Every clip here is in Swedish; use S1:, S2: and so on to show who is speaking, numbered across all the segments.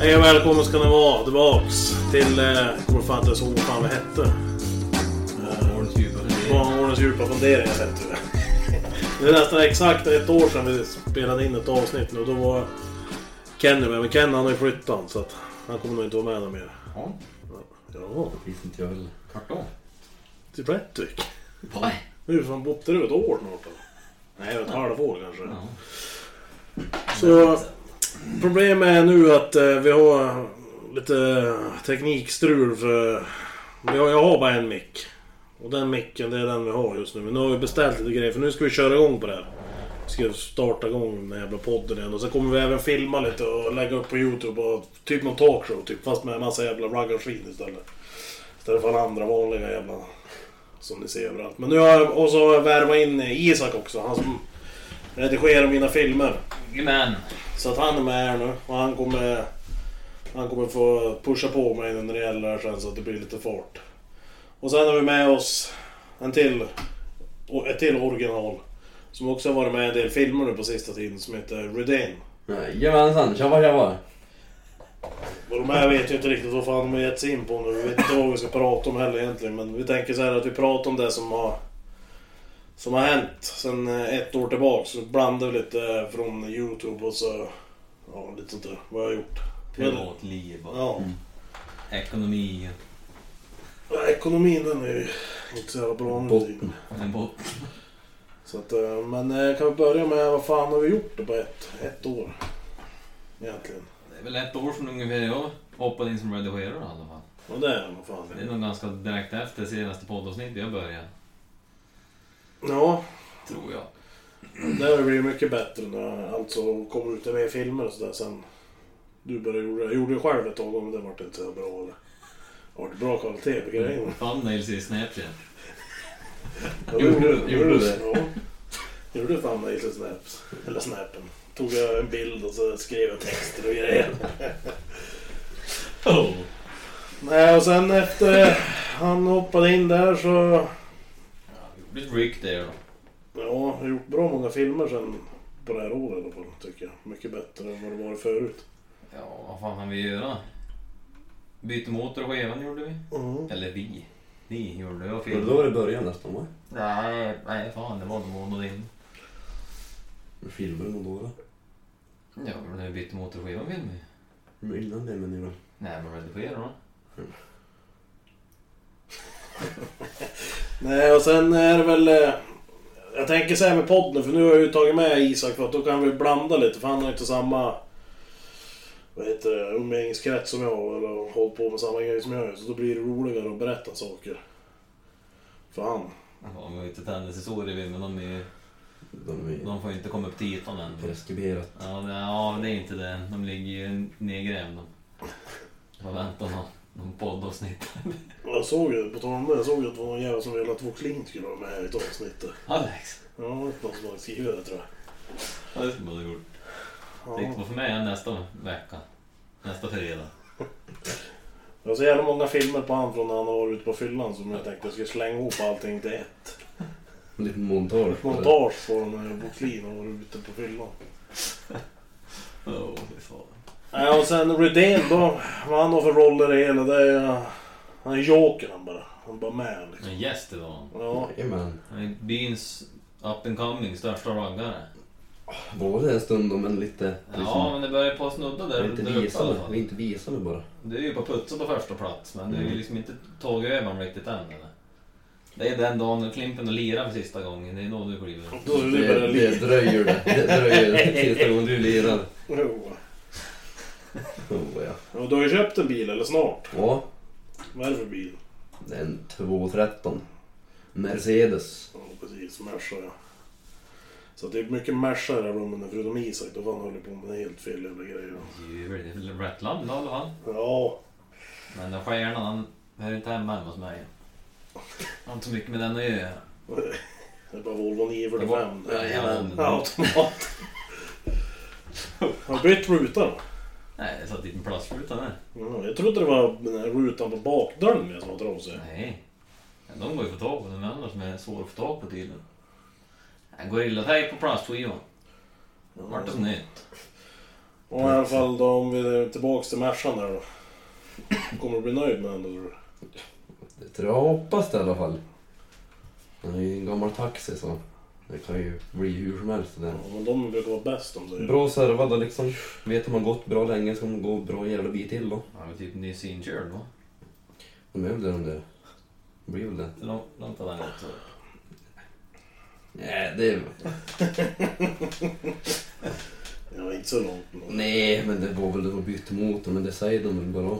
S1: Hej och välkomna ska ni vara tillbaks till... Eh, jag kommer fan inte ihåg vad fan det hette.
S2: Årets djupa fundering.
S1: Barnårens djupa funderingar hette det. Det är nästan exakt ett år sedan vi spelade in ett avsnitt nu. Då var Kenny med. Men Kenny han har ju flyttat så att han kommer nog inte vara med någon mer.
S2: Ja,
S1: Ja,
S3: Visst inte jag heller.
S2: tvärtom.
S1: till Rättvik.
S3: Va?
S1: Nu har fan bott där över ett år snart eller? Nej, ett halvår kanske.
S2: Ja.
S1: Så problemet är nu att eh, vi har lite teknikstrul för vi har, jag har bara en mick. Och den micken det är den vi har just nu. Men nu har vi beställt lite grejer för nu ska vi köra igång på det här. Vi ska starta igång den jävla podden igen och sen kommer vi även filma lite och lägga upp på Youtube och typ någon talkshow typ fast med en massa jävla raggarskit istället. Istället för alla andra vanliga jävla som ni ser överallt. Men nu har jag, och så har jag värvat in Isak också, han som redigerar mina filmer.
S3: Jajamän.
S1: Så att han är med här nu och han kommer... Han kommer få pusha på mig när det gäller det här sen så att det blir lite fart. Och sen har vi med oss en till... och Ett till original. Som också har varit med i en del filmer nu på sista tiden som heter Rudin.
S3: Jajamensan, tjabba tjabba.
S1: Och de här vet ju inte riktigt vad fan de har gett sig in på nu. Vi vet inte vad vi ska prata om heller egentligen. Men vi tänker så här att vi pratar om det som har... Som har hänt sen eh, ett år tillbaks. Så blandar vi lite från Youtube och så... Ja, lite sånt där. Vad jag har gjort.
S2: Privatliv och
S1: Ja.
S2: ekonomi.
S1: Nej, Ekonomin den är ju inte så jävla bra nu.
S3: Botten.
S2: En bot.
S1: Så att, eh, men eh, kan vi börja med vad fan har vi gjort då på ett, ett år? Egentligen.
S2: Det är väl ett år sedan ungefär jag hoppade in som redigerare i alla fall.
S1: Och det är vad fan.
S2: Det är nog ganska direkt efter senaste poddavsnittet jag började.
S1: Ja,
S2: Tror jag.
S1: det har ju blivit mycket bättre när alltså kommer ut med filmer och sådär sen. Du började gjorde, jag gjorde det själv ett tag men det vart inte så bra eller? Det vart bra kvalitet på grejerna.
S2: Thumbnails i Snapchat.
S1: Ja,
S3: Gjorde
S1: det-
S3: du- gjorde du det?
S1: Ja. Gjorde du fan Nails Snaps? Eller Snapen. Tog jag en bild och så skrev jag texter och grejer.
S2: Oh.
S1: Nej, och sen efter han hoppade in där så...
S2: Gjorde ett ryck där då.
S1: Ja, jag har gjort bra många filmer sen på det här året i alla fall, tycker jag. Mycket bättre än vad det varit förut.
S2: Ja, vad fan hann vi göra? Bytte motor och skevan gjorde vi.
S1: Mm.
S2: Eller vi. Ni gjorde jag
S3: Var det
S2: fel.
S3: då det började nästan va?
S2: Nej, nej fan det var en månad in.
S3: Med filmen och då då?
S2: Ja, men när vi bytte motor och skevan filmade vi.
S3: Men Innan det menar jag.
S2: Nej, men redigera då.
S1: Nej, och sen är det väl... eh, Jag tänker så här med podden, för nu har jag ju tagit med Isak för att då kan vi blanda lite, för han har ju inte samma... Vad heter det? Umgängeskrets som jag, eller har hållit på med samma grej som jag gör. Så då blir det roligare att berätta saker. För han.
S2: Ja, men inte tennishistorier vi, men de, är, ju-
S3: De är ju
S2: de får ju inte komma upp till ytan än.
S3: preskriberat.
S2: Ja, det, ja, det är inte det. De ligger ju nedgrävda. Vad väntar någon, någon poddavsnitt?
S1: Jag såg ju, på tal om det, jag såg ju att det var någon jävel som ville att vår Klint skulle vara med i ett avsnitt.
S2: Alex!
S1: Ja, det var någon som hade skrivit det tror jag.
S2: Ja, det skulle man ha gjort.
S1: Ja.
S2: Tänkte på för mig är nästa vecka. Nästa fredag.
S1: Det var så jävla många filmer på han från när han var ute på fyllan som jag tänkte jag skulle slänga ihop allting till ett.
S3: En liten montage.
S1: Montage på den när Bo Klin har varit ute på fyllan.
S2: Åh, oh, fy fan.
S1: Ja, och sen Rydén då, vad han har för roller i hela det är... eh, Han är joker han bara. Han är bara med liksom.
S2: En gäst idag. han.
S1: Ja.
S3: Jajamän.
S2: Han är byns up and coming, största raggare.
S3: Var det en stund om en lite...
S2: Ja, men det börjar på att snudda
S3: vi är
S2: där,
S3: inte
S2: där uppe i alla
S3: visade. Vi är
S2: fall.
S3: inte visade bara.
S2: Du är ju på putsa på första plats, men du är ju
S3: Mm.
S2: liksom inte tagit över honom riktigt än. Eller? Det är den dagen när Klimpen och lirar för sista gången, det är då du kliver.
S1: Då är det
S3: Det,
S1: bara
S3: det
S1: lite...
S3: dröjer det. Det dröjer sista gången du lirar.
S1: Jo.
S3: Oh, ja.
S1: Ja, Du har ju köpt en bil, eller snart.
S3: ja,
S1: Vad är det för bil?
S3: det är en 213. Mercedes.
S1: Ja, precis. Merca ja. Så det är mycket Merca i det här rummet förutom Isak. Då fan håller på med helt fel jävla grejer.
S2: Djur, det är väl Rattland i alla fall.
S1: Ja.
S2: Men den stjärnan, han hör inte hemma hemma hos mig. Jag har inte så mycket med den att göra.
S1: Det är bara Volvo 945.
S2: Det var-
S1: Ja,
S2: Jajamän.
S1: automat. Har du bytt ruta då?
S2: Nej, jag satt dit en plastruta där.
S1: Ja, jag trodde det var den här rutan på bakdörren med som var trasig.
S2: Nej. Men De går ju att få tag på, de andra som är svåra att få tag på tydligen. En gorillatejp på plastskivan. Vart det som nytt.
S1: Och i alla fall då om vi är tillbaks till Mercan där då. Kommer du bli nöjd med den då tror du?
S3: Det tror jag hoppas det i alla fall. Den är ju en gammal taxi så det kan ju bli hur som helst.
S1: Ja,
S3: Där.
S1: men de brukar vara bäst om säger.
S3: Bra servad då liksom. Vet man gått bra länge så man går bra en jävla bit till då.
S2: Han var typ nyss inkörd va?
S3: De är väl det de där. Det blir väl det.
S2: Hur lång- långt hade han gått? så?
S3: Nej, det...
S1: Ja, inte så långt. Men...
S3: Nej, men det var väl det de bytte motor, men det säger de väl bara.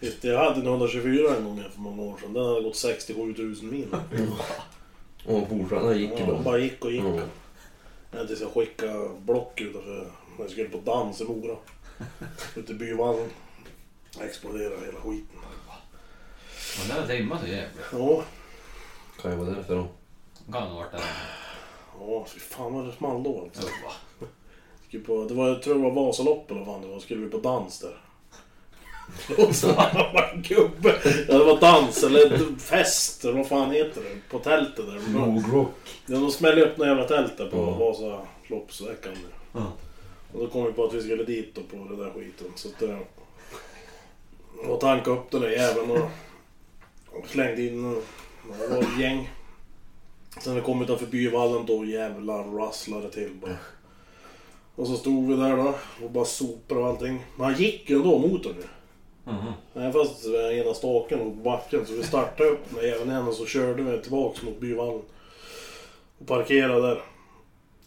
S1: Vet du, Jag hade en 124 en gång här för många år sedan. Den hade gått 67 000 mil.
S3: Och fortfarande gick
S1: ja,
S3: ju
S1: den
S3: bra. Mm.
S1: bara gick och gick.
S3: Ja.
S1: Ja, tills jag skickade block utanför när jag skulle på dans i Mora. Ute i byvallen. Exploderade hela skiten.
S2: Men den hade timmat så jävligt.
S1: Ja,
S3: Kan ju vara därför då.
S2: Kan ha varit där.
S1: ja fy fan vad det small då alltså. Skulle På, det var, jag tror det var Vasaloppet eller vad fan det var. Skulle vi på dans där. Och så var en gubbe. Ja, det var dans eller fest eller vad fan heter det? På tältet där.
S3: Logrock.
S1: Ja, de smällde upp några jävla tält där på
S3: Mm. Ja.
S1: Vasaloppsveckan.
S2: Ja.
S1: Och då kom vi på att vi skulle dit då på den där skiten. Så att, eh, och tankade upp den där jäveln och, och slängde in eh, det var ett gäng. Sen när vi kom utanför byvallen då jävlar rasslade det till bara. Och så stod vi där då och bara sopade och allting. Men han gick ju ändå motorn ju.
S2: Mhm.
S1: Även fast det var ena staken och backen så vi startade upp med även henne så körde vi tillbaks mot byvallen. Och parkerade där.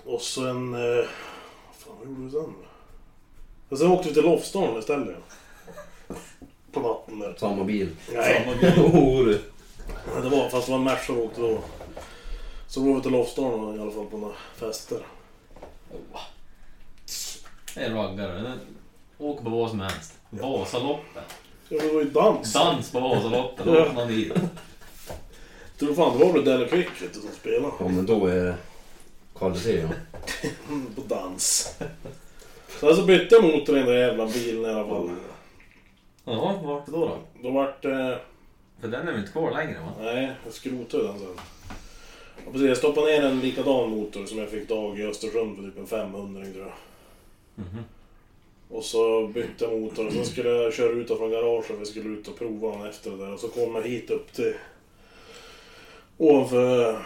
S1: Och sen... Eh, vad fan vad gjorde vi sen då? Och sen åkte vi till Lofsdalen istället. På natten där.
S3: Samma bil.
S1: Nej,
S3: Jo du.
S1: det var fast det var en Merca vi åkte då. Så då var vi till Lofsdalen i alla fall på några fester.
S2: Det är raggare. Den åker på vad som helst. Vasaloppet.
S1: Ja men det var ju dans.
S2: Dans på Vasaloppet. Då åker man dit.
S1: Tror fan det var väl Della Quick vet du, som spelade.
S3: Ja men då är det kvalitet ja.
S1: Mm, på dans. Sen så bytte jag motor i den där jävla bilen i alla fall.
S2: Ja, vart då då?
S1: Då vart det... Eh,
S2: För den är väl inte kvar längre va?
S1: Nej, jag skrotade den sen. Ja, precis, jag stoppade ner en likadan motor som jag fick tag i Östersund för typ en 500 tror jag.
S2: Mhm.
S1: Och så bytte jag motor och sen skulle jag köra ut från garaget. Vi skulle ut och prova den efter det där. Och så kom jag hit upp till ovanför eh,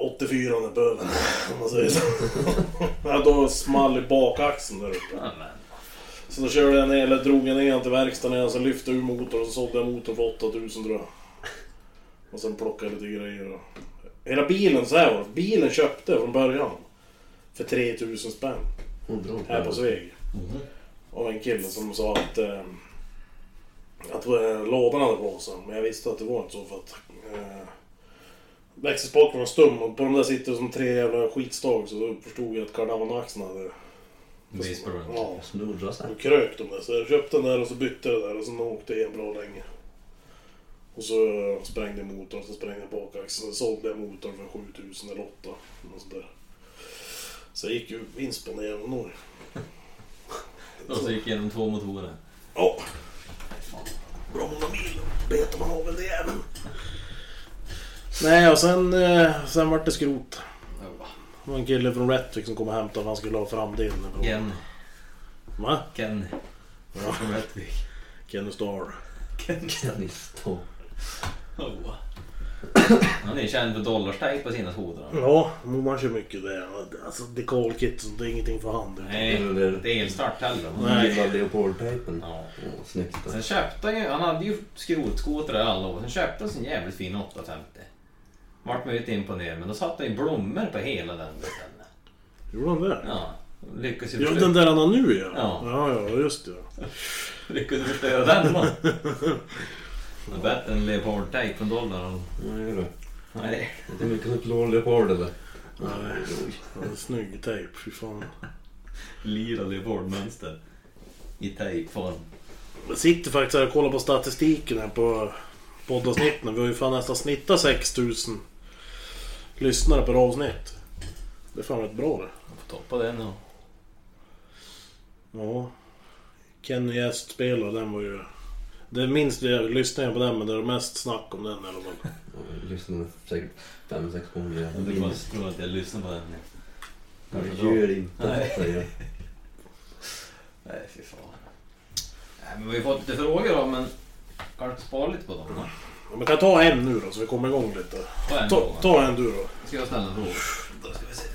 S1: 84 på Böven. Om man säger så. ja, då small i bakaxeln där uppe.
S2: Ja, men.
S1: Så då körde jag ner, eller drog jag ner den till verkstaden igen, sen lyfte jag ur motorn och så sålde jag motorn för 8000 tror jag. Och sen plockade jag lite grejer och... Hela bilen så här var det. bilen köpte jag från början. För 3000 spänn. Här på Sveg. Av en kille som sa att... Eh, att eh, lådan hade blåsat. Men jag visste att det var inte så för att... Eh, Växelspaken var stum och på de där sitter det som tre jävla skitstag så då förstod jag att kardavanaxeln hade...
S2: Visst beror det.
S1: Ja.
S3: Snurra sen.
S1: Då kröp de där, så jag köpte den där och så bytte jag den där och sen åkte jag bra länge. Och så sprängde jag motorn, så sprängde jag bakaxeln, så sålde jag motorn för 7000 eller 8 något sånt där. Så jag gick ju vinst på den jäveln då.
S2: Och så gick igenom två motorer.
S1: Ja. Bra många mil betar man av den där jäveln. Nej, och sen, eh, sen vart det skrot. Det var en kille från Rättvik som kom och hämtade för han skulle ha framdelen.
S2: Ken.
S1: Va?
S2: Ken. Från Rättvik.
S1: Kenny Star.
S2: Ken.
S3: Kanistå.
S2: Oh. Han är känd för dollarsteg på sina skotrar.
S1: Ja, men man kör mycket det. Alltså dekalkit, så det är ingenting för hand.
S2: Nej, det är elstart heller. va?
S1: Nej.
S3: Gillar leopardtejpen.
S2: Ja.
S3: Ja, snyggt.
S2: Sen köpte han ju, han hade ju skrotskotrar i alla år. Sen köpte han sin jävligt fin 850. Vart man ju lite imponerad men då satte han ju blommor på hela den istället.
S1: Gjorde han det?
S2: Ja, lyckades ju
S1: Ja,
S2: förstöra,
S1: den där han har nu ja.
S2: Ja.
S1: ja, ja, just det.
S2: lyckades förstöra den va. Det är bättre än leopardtejp från dollarn.
S3: Nej du.
S2: Nej.
S3: Inte mycket som klarar leopard eller?
S1: Nej. Ja, det är snygg tejp, fy fan.
S2: Lila leopardmönster. I tejpform.
S1: Jag sitter faktiskt här och kollar på statistiken här på poddavsnitten. Vi har ju fan nästan snittat 6000 lyssnare per avsnitt. Det är fan rätt bra det.
S2: Man får toppa den och...
S1: Ja. Kenny gästspelare, den var ju... Det minst jag lyssnade på den, men det är mest snack om den i alla fall.
S3: Jag lyssnade säkert fem, sex gånger. Jag
S2: Du bara
S3: minns.
S2: tror att jag lyssnar på den.
S3: Jag gör inte.
S2: Nej.
S3: säger jag.
S2: Nej, fy fan. Nej, men vi har fått lite frågor då, men kanske spara lite på dem då.
S1: Ja, men kan jag ta en nu då så vi kommer igång lite?
S2: Ta en
S1: Ta,
S2: fråga.
S1: ta en du då.
S2: Ska jag ställa en fråga? Då ska vi se.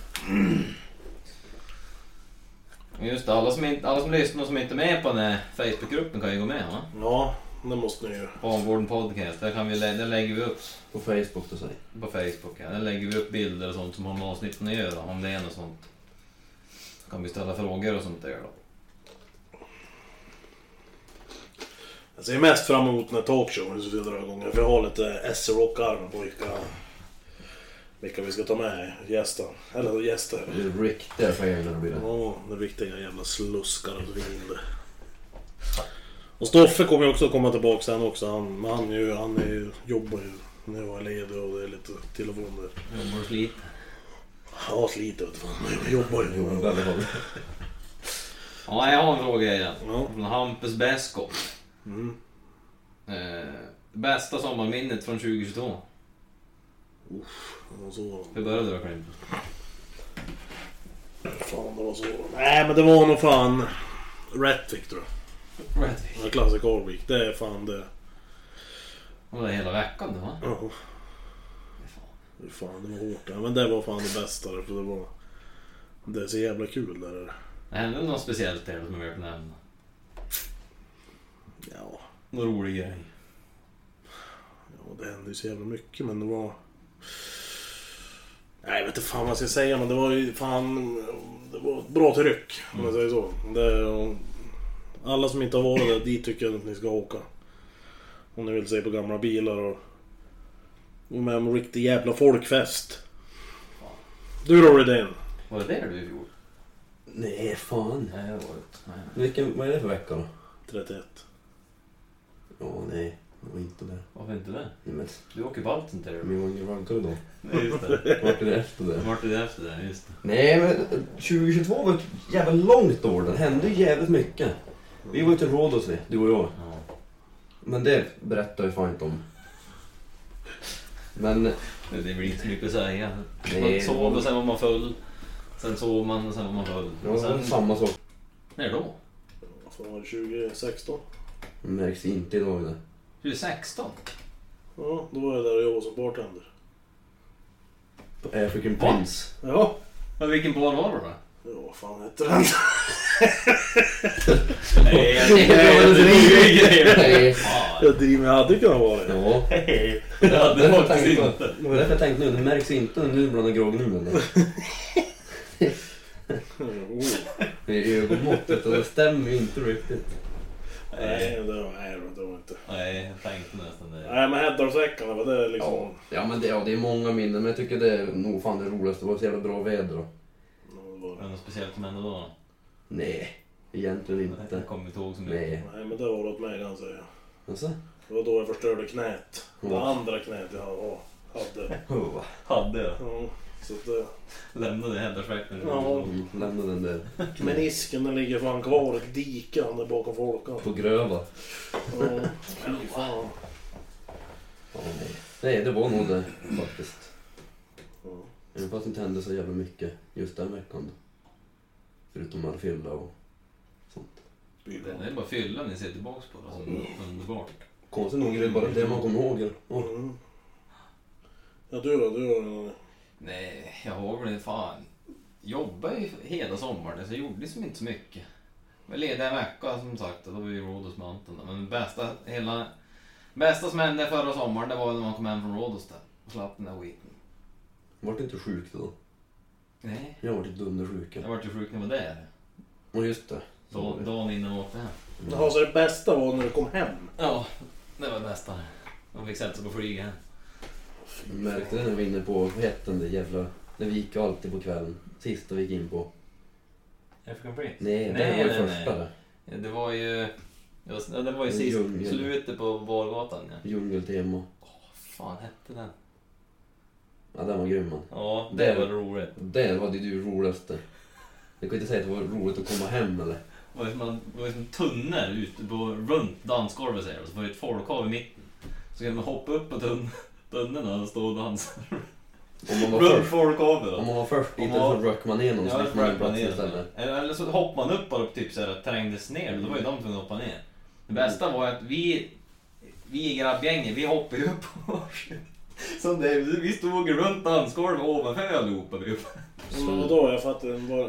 S2: Men Just det, alla som, inte, alla som lyssnar och som inte är med på den här Facebookgruppen kan ju gå med va?
S1: Ja, det måste ni ju.
S2: Barnvården Podcast, där, kan vi, lä- där lägger vi upp
S3: På Facebook då säger
S2: på Facebook. Ja. Där lägger vi upp bilder och sånt som har med avsnitten att göra, om det är något sånt. Så kan vi ställa frågor och sånt där då.
S1: Alltså, Jag ser mest fram emot när talkshowen så drar igång. För jag har lite SR-rock-arm på vilka, vilka vi ska ta med gäster. Eller gäster.
S3: Det är riktiga skäl det blir det.
S1: Ja, det riktiga jävla sluskar och svin. det. Och Stoffe kommer ju också komma tillbaka sen också. Han, men han, är ju, han är ju, jobbar ju när jag är ledig och det är lite till och från där.
S2: Jobbar och sliter.
S1: Ja, sliter vet du fan. Men jag jobbar ju.
S3: Jo, väldigt bra.
S2: Ja, jag har en fråga igen.
S1: Ja.
S2: Från Hampus Beskow.
S1: Mm.
S2: Eh, bästa sommarminnet från 2022?
S1: Och så.
S2: Hur började du Klimpus?
S1: Fan, det var så. Nej, men det var nog fan Rättvik tror jag.
S2: Rättvik.
S1: Ja, Alltså, Classic Allweek. Det är fan det.
S2: Det var hela veckan det va?
S1: Ja. Fy Fan, det var hårt. det. Men det var fan det bästa. För det var... Det är så jävla kul där. det.
S2: Det hände något speciellt där som jag vill nämna?
S1: Ja,
S2: Någon rolig grej?
S1: ja, det hände ju så jävla mycket men det var... Nej, jag vet inte fan vad jag ska säga men det var ju fan... Det var ett bra tryck om man säger så. Det, och alla som inte har varit där, dit tycker jag att ni ska åka. Om ni vill se på gamla bilar och... och med en riktig jävla folkfest. Du då Redén?
S2: Var det där du gjorde?
S3: Nej, fan.
S2: Nej, det var det Nej.
S3: Vilken, vad är det för vecka då?
S1: 31.
S3: Ja, nej. Det var inte det.
S2: Varför inte det?
S3: Nej, men
S2: Du åker Balten till
S3: vi var ju rankade då.
S2: Nej, just det.
S3: Vart är det efter det?
S2: Vart är det efter det? Just det.
S3: Nej, men 2022 var ett jävla långt år. Det hände ju jävligt mycket. Vi var ju till Rhodos vi, du och jag.
S2: Ja.
S3: Men det berättar vi fan inte om. Men
S2: Men Det blir inte mycket att säga. Man
S3: Nej.
S2: sov och sen var man full. Sen sov man och sen var man full.
S3: det var
S2: Och sen...
S3: samma sak.
S2: När då?
S1: Vad fan Alltså, var det, 2016?
S3: Det märks inte idag det.
S2: 2016?
S1: Ja, då var jag där och jobbade som bartender.
S3: På African Prince.
S1: Ja.
S2: Men vilken bar var det då?
S1: Ja, vad fan hette den?
S2: Nej, jag
S3: Nej,
S2: jag-
S3: det är
S2: grejer.
S3: Nej.
S2: Fan.
S1: Jag driver med hade kunnat vara det.
S3: Ja.
S2: Nej, det hade
S3: Därför
S2: faktiskt
S3: tänkte
S2: inte.
S3: jag- därför jag tänkte nu, det märks inte nu bland grognumren.
S1: Oh.
S3: Det är ögonmåttet och det stämmer ju inte riktigt.
S1: Nej, det var, nej, det var inte.
S2: Nej, jag tänkte nästan det.
S1: Nej, men Häddalsveckan, det var det liksom...
S3: Ja men det, ja, det är många minnen men jag tycker det är nog fan det roligaste. Det var så jävla bra väder då.
S1: Ja, det var
S2: Var
S1: det.
S2: det något speciellt som hände då?
S3: Nej, egentligen
S2: Jag
S3: inte.
S2: kommer inte ihåg så mycket.
S3: Nej.
S1: Nej, men det har hållit mig kan jag säga.
S3: Alltså?
S1: Det var då jag förstörde knät. Det
S3: Ja.
S1: andra knät jag ha- hade.
S3: Oh,
S2: Hade jag.
S1: Ja, så att eh, det...
S2: Lämnade Heddarsveckan.
S1: Ja.
S3: lämna den där.
S1: Menisken den ligger fan kvar i ett dike han där bakom folkan.
S3: På gröva.
S1: Ja, fy fan.
S3: Ja, nej. nej, det var nog det faktiskt.
S1: Ja.
S3: Även fast det inte hände så jävla mycket just den veckan. då. Förutom all fylla och sånt.
S1: Fy
S2: Det
S1: fan.
S2: är bara fyllan ni ser tillbaks på. Alltså, underbart.
S3: Konstigt nog är det bara det man kommer ihåg. eller? Ja.
S1: Mm. Ja, du då? Du har en...
S2: Nej, jag har väl inte fan. Jobbade ju hela sommaren så jag gjorde liksom inte så mycket. Jag var ledig en vecka som sagt och då var vi i Rhodos med Anton. då. Men bästa, hela, bästa som hände förra sommaren det var när man kom hem från Rhodos där och slapp den där skiten.
S3: Vart inte sjuk då?
S2: Nej,
S3: Jag vart lite dundersjuk.
S2: jag vart ju sjuk när jag var där.
S3: Ja just det. Så
S2: Då,
S3: var det.
S2: dagen innan jag åkte hem.
S1: Jaha, så det bästa var när du kom hem?
S2: Ja, det var det bästa. De fick sätta sig på flyget hem.
S3: Jag märkte det när vi var inne på, vad hette den där jävla... När vi gick alltid på kvällen. Sista vi gick in på.
S2: African Prince?
S3: Nej, det
S2: Nej,
S3: var ju
S2: nej,
S3: första
S2: nej.
S3: det.
S2: Det var ju... Det var, ja, det var ju
S3: En
S2: sist,
S3: djungel.
S2: slutet på Bargatan ja.
S3: Djungeltema.
S2: Åh, fan hette den?
S3: Ja, den var grym man.
S2: Ja, det
S3: Det-
S2: var roligt.
S3: Det var det du roligaste. Jag kan inte säga att det var roligt att komma hem eller?
S2: Det var ju som en- det var ju som en tunnel ute på, runt dansgolvet säger de, så var det ett folkhav i mitten. Så kunde man hoppa upp på tunn, tunneln och stå och dansa.
S3: Om man var
S2: Runt
S3: först,
S2: folk av det då.
S3: om man var först dit
S2: Om man-
S3: så röck man igenom så
S2: Ja,
S3: fick man en
S2: rappade
S3: plats
S2: ner.
S3: istället.
S2: Eller eller så hoppade man upp bara upp typ såhär, trängdes ner. Då var ju de tvungna att hoppa ner. Det bästa var ju att vi, vi i grabbgänget, vi hoppade ju upp på varsin. Som det, är, vi stod ju runt dansgolvet ovanför allihopa. Vi.
S1: Men vadå? Jag fattar inte bara...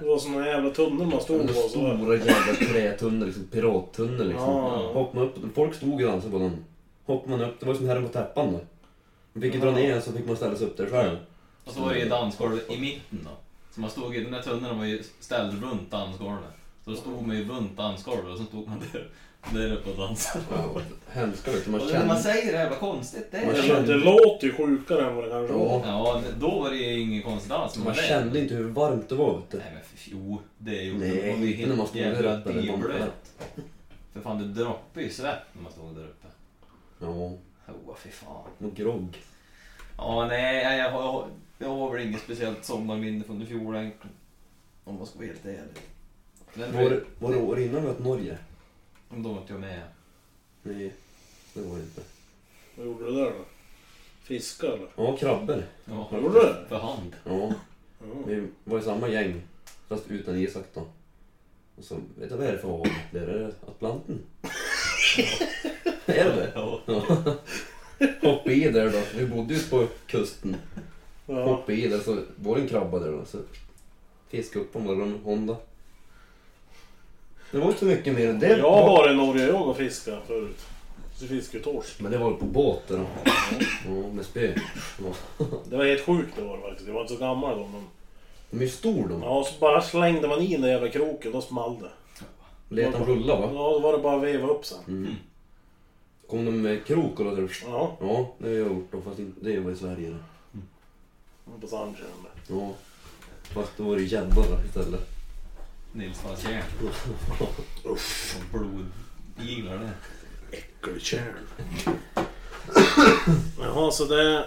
S1: Det var såna jävla tunnor man stod
S3: Men
S1: på.
S3: det
S1: Så var...
S3: stora jävla trätunnor, liksom, pirattunnor liksom.
S1: Ja.
S3: Hoppade man upp, folk stod och dansade på den. Hoppade man upp, det var som herren på täppan då. Man fick ju dra
S1: Ja.
S3: ner den så fick man ställa sig upp där själv.
S2: Och så var det ju dansgolvet i mitten då. Så man stod i den där tunneln var ju ställd runt dansgolvet. Så då stod man ju runt dansgolvet och så stod man där, där uppe och dansade.
S3: Ja, hemska vet du, man
S2: Och när man
S3: kände...
S2: säger det här, vad konstigt det
S3: Man
S1: Det
S2: är.
S3: känner-
S1: låter- Det låter ju sjukare än vad det kanske var.
S3: Ja,
S2: Ja, då var det ju ingen konstig dans. men
S3: man
S2: det-
S3: kände inte hur varmt det var vet du.
S2: Nej men för, jo, det gjorde
S3: Nej,
S2: det. var ju
S3: inte när man
S2: helt
S3: stod
S2: jävla
S3: där uppe, det var bara-
S2: dyblöt. För fan, det droppade ju svett när man stod där uppe.
S3: Ja,
S2: Åh, fy fan.
S3: och grogg.
S2: Ja, nej, jag, jag, har- jag har väl inget speciellt sommarminne från i fjol egentligen. Om man ska vara helt ärlig. Men
S3: Var det, var det år innan vi var till Norge?
S2: om då var inte jag med.
S3: Nej, det var det inte.
S1: Vad gjorde du där då? Fiska eller?
S3: Ja, krabbor.
S2: Ja,
S1: Vad gjorde du?
S2: för hand.
S3: Ja,
S1: Ja.
S3: vi var i samma gäng. Fast utan Isak då. Och så, vet du vad är det för hav? Det är Atlanten. är det det?
S2: Ja.
S3: Hoppa i där då. Vi bodde ju på kusten.
S1: Ja.
S3: Hoppa i där så var det en krabba där då. Så fiskade upp den var det en Honda. Det var inte så mycket mer än det.
S1: Jag har varit i Norge jag och fiskat förut. Så fiskade ju torsk.
S3: Men det var på båt där då. Ja, med spö. Ja.
S1: Det var helt sjukt det var det faktiskt. Jag var inte så gammal då men...
S3: De är ju stor de.
S1: Ja, så bara slängde man i den där jävla kroken, då small det.
S3: Lät dem rulla
S1: Ja,
S3: va?
S1: då var det bara att veva upp sen.
S3: Mm. Kom de med krok och låter
S1: Ja,
S3: Ja, det har jag gjort då. Fast inte, det var i Sverige då.
S1: på Sandkärn. där.
S3: Ja. Fast då var det gädda då istället.
S2: Nils van Tjärn. Usch. Blodiglar det.
S1: Guldkärn. Jaha, så det...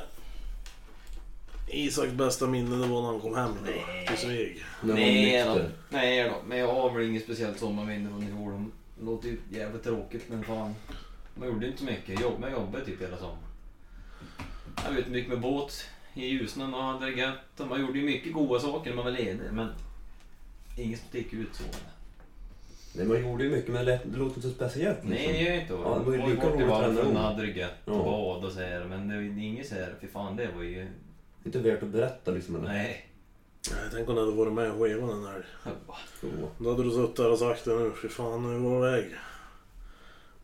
S1: Isaks bästa minne det var när han kom hem
S2: Nej.
S1: till Sveg.
S3: När man var
S2: Nej då.
S3: nykter.
S2: Nej då. Men jag har väl inget speciellt sommarminne från i fjol. Det låter ju jävligt tråkigt men fan. Man gjorde inte så mycket. Jobb, man jobbade typ hela sommaren. Jag var ute mycket med båt i Ljusnan och hade det gött. Och Man gjorde ju mycket goda saker när man var ledig men inget som stick ut så.
S3: Liksom. Nej, man gjorde ju mycket men det lät- det låter inte så speciellt. liksom.
S2: Nej det gör ju inte.
S3: Ja, det var ju
S2: Folk
S3: lika
S2: åkte
S3: roligt
S2: varmt
S3: varenda
S2: och
S3: gång.
S2: hade det gött och
S3: Ja.
S2: bad och så här. Men det var ju inget så här, fy fan det var ju...
S3: Inte värt att berätta liksom. Eller?
S2: Nej.
S1: Nej, Tänk om du hade varit med och skevat den här.
S3: Så.
S1: Då hade du suttit där och sagt det nu. Fy fan, nu var jag iväg.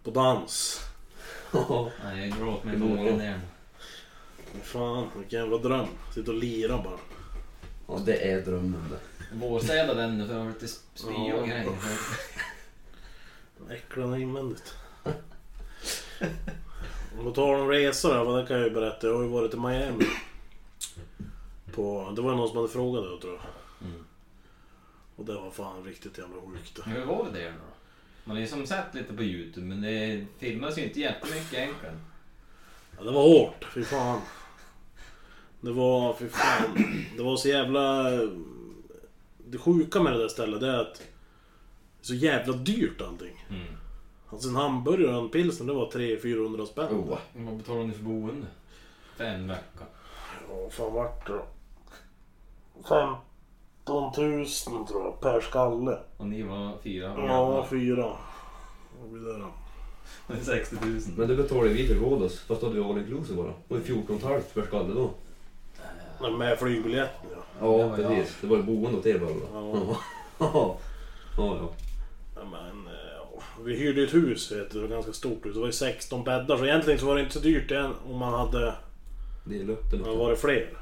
S1: På dans.
S2: Nej, jag gråter mig
S3: Det var
S2: tårar
S3: bra.
S2: ner.
S1: Fy fan, vilken jävla dröm. Sitta och lira bara.
S3: ja, det är drömmen det.
S2: Vårstädade den nu för det var lite spy
S1: Ja.
S2: och grejer.
S1: Äcklarna invändigt. Om du tar om resor här, vad det kan jag ju berätta. Jag har ju varit till Miami. På, det var ju någon som hade frågat det tror jag.
S2: Mm.
S1: Och det var fan riktigt jävla sjukt.
S2: Hur var det där då? Man har ju som sett lite på Youtube men det filmas ju inte jättemycket egentligen.
S1: Ja, det var hårt, fy fan. Det var, fy fan. Det var så jävla... Det sjuka med det där stället det är att... Det är så jävla dyrt allting.
S2: Mm.
S1: Alltså en hamburgare och en pilsner det var 300-400 spänn.
S3: Oh.
S2: Vad betalar ni för boende? För en vecka.
S1: Ja, vad fan vart det då? 15 000 tror jag, per skalle.
S2: Och ni var fyra
S1: Ja, fyra. Vad blir det då?
S2: Det är 60 000.
S3: Men det betalade vi till Rhodos. Fast då hade vi all inclusive bara. Det var ju 14 halvt per skalle då.
S1: Nej, Med flygbiljetten ja.
S3: Ja,
S2: Ja, ja.
S3: precis. Det var ju boende åt er bara då.
S1: Ja.
S3: ja, ja.
S1: Ja, men, eh, vi hyrde ju ett hus, vet du, det var ganska stort hus. Det var ju 16 bäddar, så egentligen så var det inte så dyrt än om man hade
S3: Dela upp det
S1: om
S3: lite.
S1: det varit fler.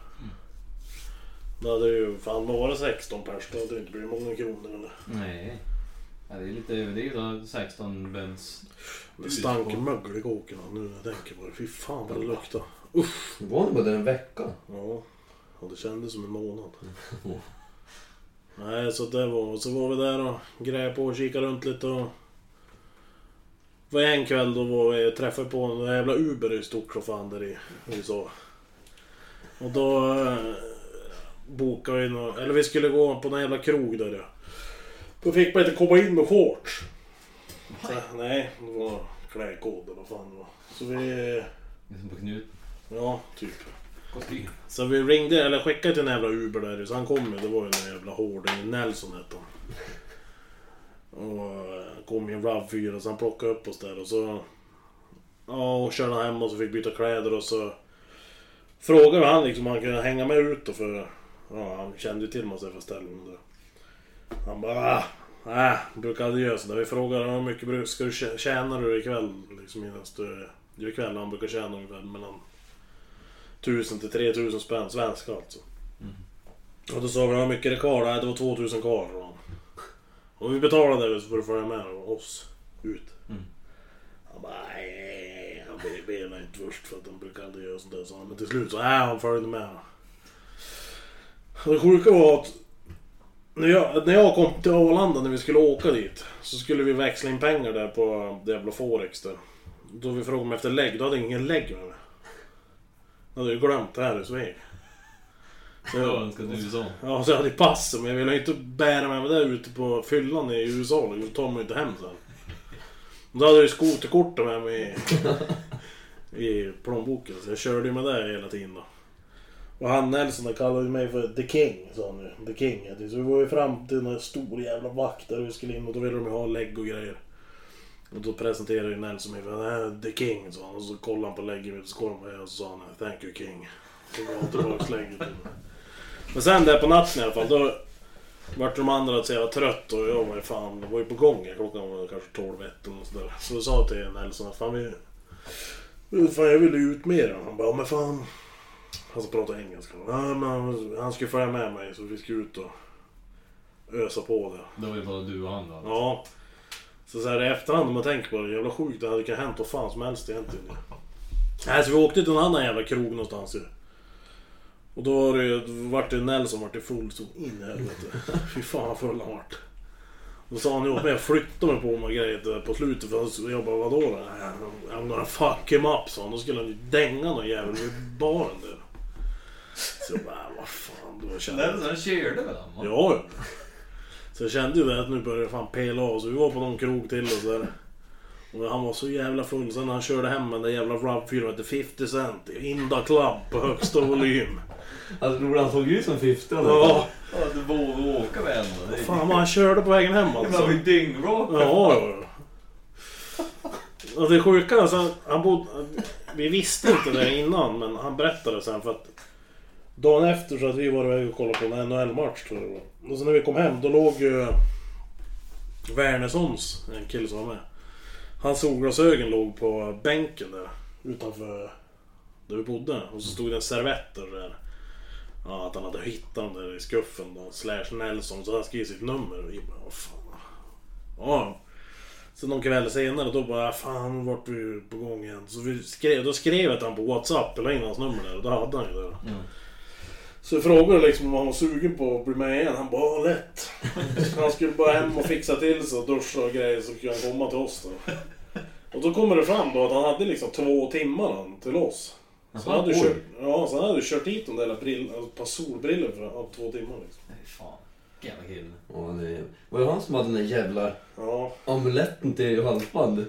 S1: Då hade det ju fan varit 16 pers, då hade det inte blivit många kronor. Eller.
S2: Nej. Ja, det är lite överdrivet av 16 bens.
S1: Det stank mögel i kåken nu när jag tänker på det. Fy fan vad det luktade.
S3: Var ni bara där en vecka?
S1: Ja, och det kändes som en månad. Nej, så det var... Så var vi där och grejade på och kikade runt lite och... Det var en kväll då var vi, träffade vi på en jävla Uber är ju stort som fan där i USA. Och då... Eh, bokade vi nå- Eller vi skulle gå på någon jävla krog där ja. Då fick man inte komma in med shorts. Så, nej, det var klädkod eller vad fan det var. Så vi...
S2: Liksom på knuten.
S1: Ja, typ.
S2: kostym.
S1: Så vi ringde, eller skickade till en jävla Uber där så han kom ju. Det var ju den jävla hårdingen, Nelson hette han. Och eh, kom i en RAV4 så han plockade upp oss där och så... Ja, och körde hem och så fick byta kläder och så... Frågade han liksom om han kunde hänga med ut då för... Ja, han kände ju till massa för ställen där. Han bara... "Ah, Nej, brukar aldrig göra sådär. Vi frågar hur mycket bruk- ska du tjä- tjänar du ikväll? Liksom innan du... Det är ju ikväll han brukar tjäna ungefär mellan 1000 till 3000 spänn svenska alltså. Och då sa vi, hur mycket är det kvar? Nej, det var 2000 kvar. sa han. Och vi betalade det så får du följa med oss ut.
S2: Mm.
S1: Han bara, nej, han be- benade inte först för att han brukar aldrig göra sådär. Så han, men till slut så, nej, han följde med. Och Det sjuka var att när jag, när jag kom till Arlanda när vi skulle åka dit så skulle vi växla in pengar där på det jävla Forex där. Då vi frågade mig efter lägg, då hade jag ingen lägg med mig. Jag hade ju glömt det här i Sveg. Så
S2: Det
S1: jag-
S2: önskade du så.
S1: Ja, så jag hade ju pass men jag ville ju inte bära med mig det ute på fyllan i USA. liksom. Då tar man ju inte hem sen. Då hade jag ju skoterkortet med mig i, i plånboken. Så jag körde ju med det hela tiden då. Och han Nelson där kallade ju mig för The King, sa han ju. The King hette jag. Så vi var ju fram till en stor jävla vakt där vi skulle in och då ville de ju ha lägg och grejer. Och då presenterade ju Nelson mig för "Äh, The King, sa han. Och så kollade han på läggen och så kollade han på mig och så sa han Thank you King. Så gav han tillbaks läggen till mig. Men sen där på natten i alla fall, då vart de andra så jävla trött och jag var ju fan, det var ju på gång. Klockan var kanske 12 1 och sådär. Så jag sa till Nelson att fan vi... vi- Mm, Fan jag vill ju ut mer. Han bara, "Ja, men fan. Han som pratar engelska. Ja, men han- han skulle följa med mig så vi skulle ut och ösa på det.
S2: Det var ju bara du och han då.
S1: Ja. Så så här i efterhand om man tänker på det, jävla sjukt. Det hade kunnat hänt vad fan som helst egentligen. Nej, så vi åkte till en annan jävla krog någonstans ju. Och då var det ju, då vart det Nelson vart det full så in i helvete. Fy fan vad full han vart. Då sa han ju åt mig att flytta mig på mig grejer där på slutet för han- jag bara vadå då? Nej, I'm gonna fuck him up sa han. Då skulle han ju dänga någon jävel i baren där. Så jag bara vad fan då kände jag.
S2: Den som körde väl han? va?
S1: Ja. Så jag kände ju det att nu började det fan pela av. Så vi var på någon krog till och sådär. Och han var så jävla full. Sen när han körde hem med den jävla RAV4 hette 50 Cent. Inda Club på högsta volym.
S3: Alltså roligt, han såg ut som 50
S1: Ja,
S2: Ja, du vågade åka med ändå. Det är-
S1: fan vad han körde på vägen hem
S2: Det
S1: alltså.
S2: var ju dyngrak.
S1: Ja, ja. Och det sjuka är alltså, han bodde, vi visste inte det innan men han berättade sen för att Dagen efter så att vi var iväg och kollade på en NHL-match tror jag det var. Och sen när vi kom hem då låg ju Wernerssons, en kille som var med. Hans solglasögon låg på bänken där utanför där vi bodde. Och så stod det en servett där. Ja, att han hade hittat dem där i skuffen då, slash Nelson. Så han skrev sitt nummer. Och vi bara, vad fan. Ja. Så någon kväll senare då bara, fan vart vi på gång igen. Så vi skrev, då skrev jag till han på WhatsApp, eller in hans nummer där och då hade han ju det.
S2: Mm.
S1: Så jag frågade liksom om han var sugen på att bli med igen. Han bara, "Ja, lätt. Så han skulle bara hem och fixa till sig och duscha och grejer så kunde han komma till oss då. Och då kommer det fram då att han hade liksom två timmar han till oss. Så han hade, ju
S2: Oj.
S1: kört, ja, så han hade ju kört hit de där jävla brill, alltså, ett par solbrillor för ja, två timmar liksom.
S2: Nej, fan. Vilken jävla kille.
S3: Åh, nej. Var det han som hade den där jävla
S1: Ja,
S3: amuletten till halsband?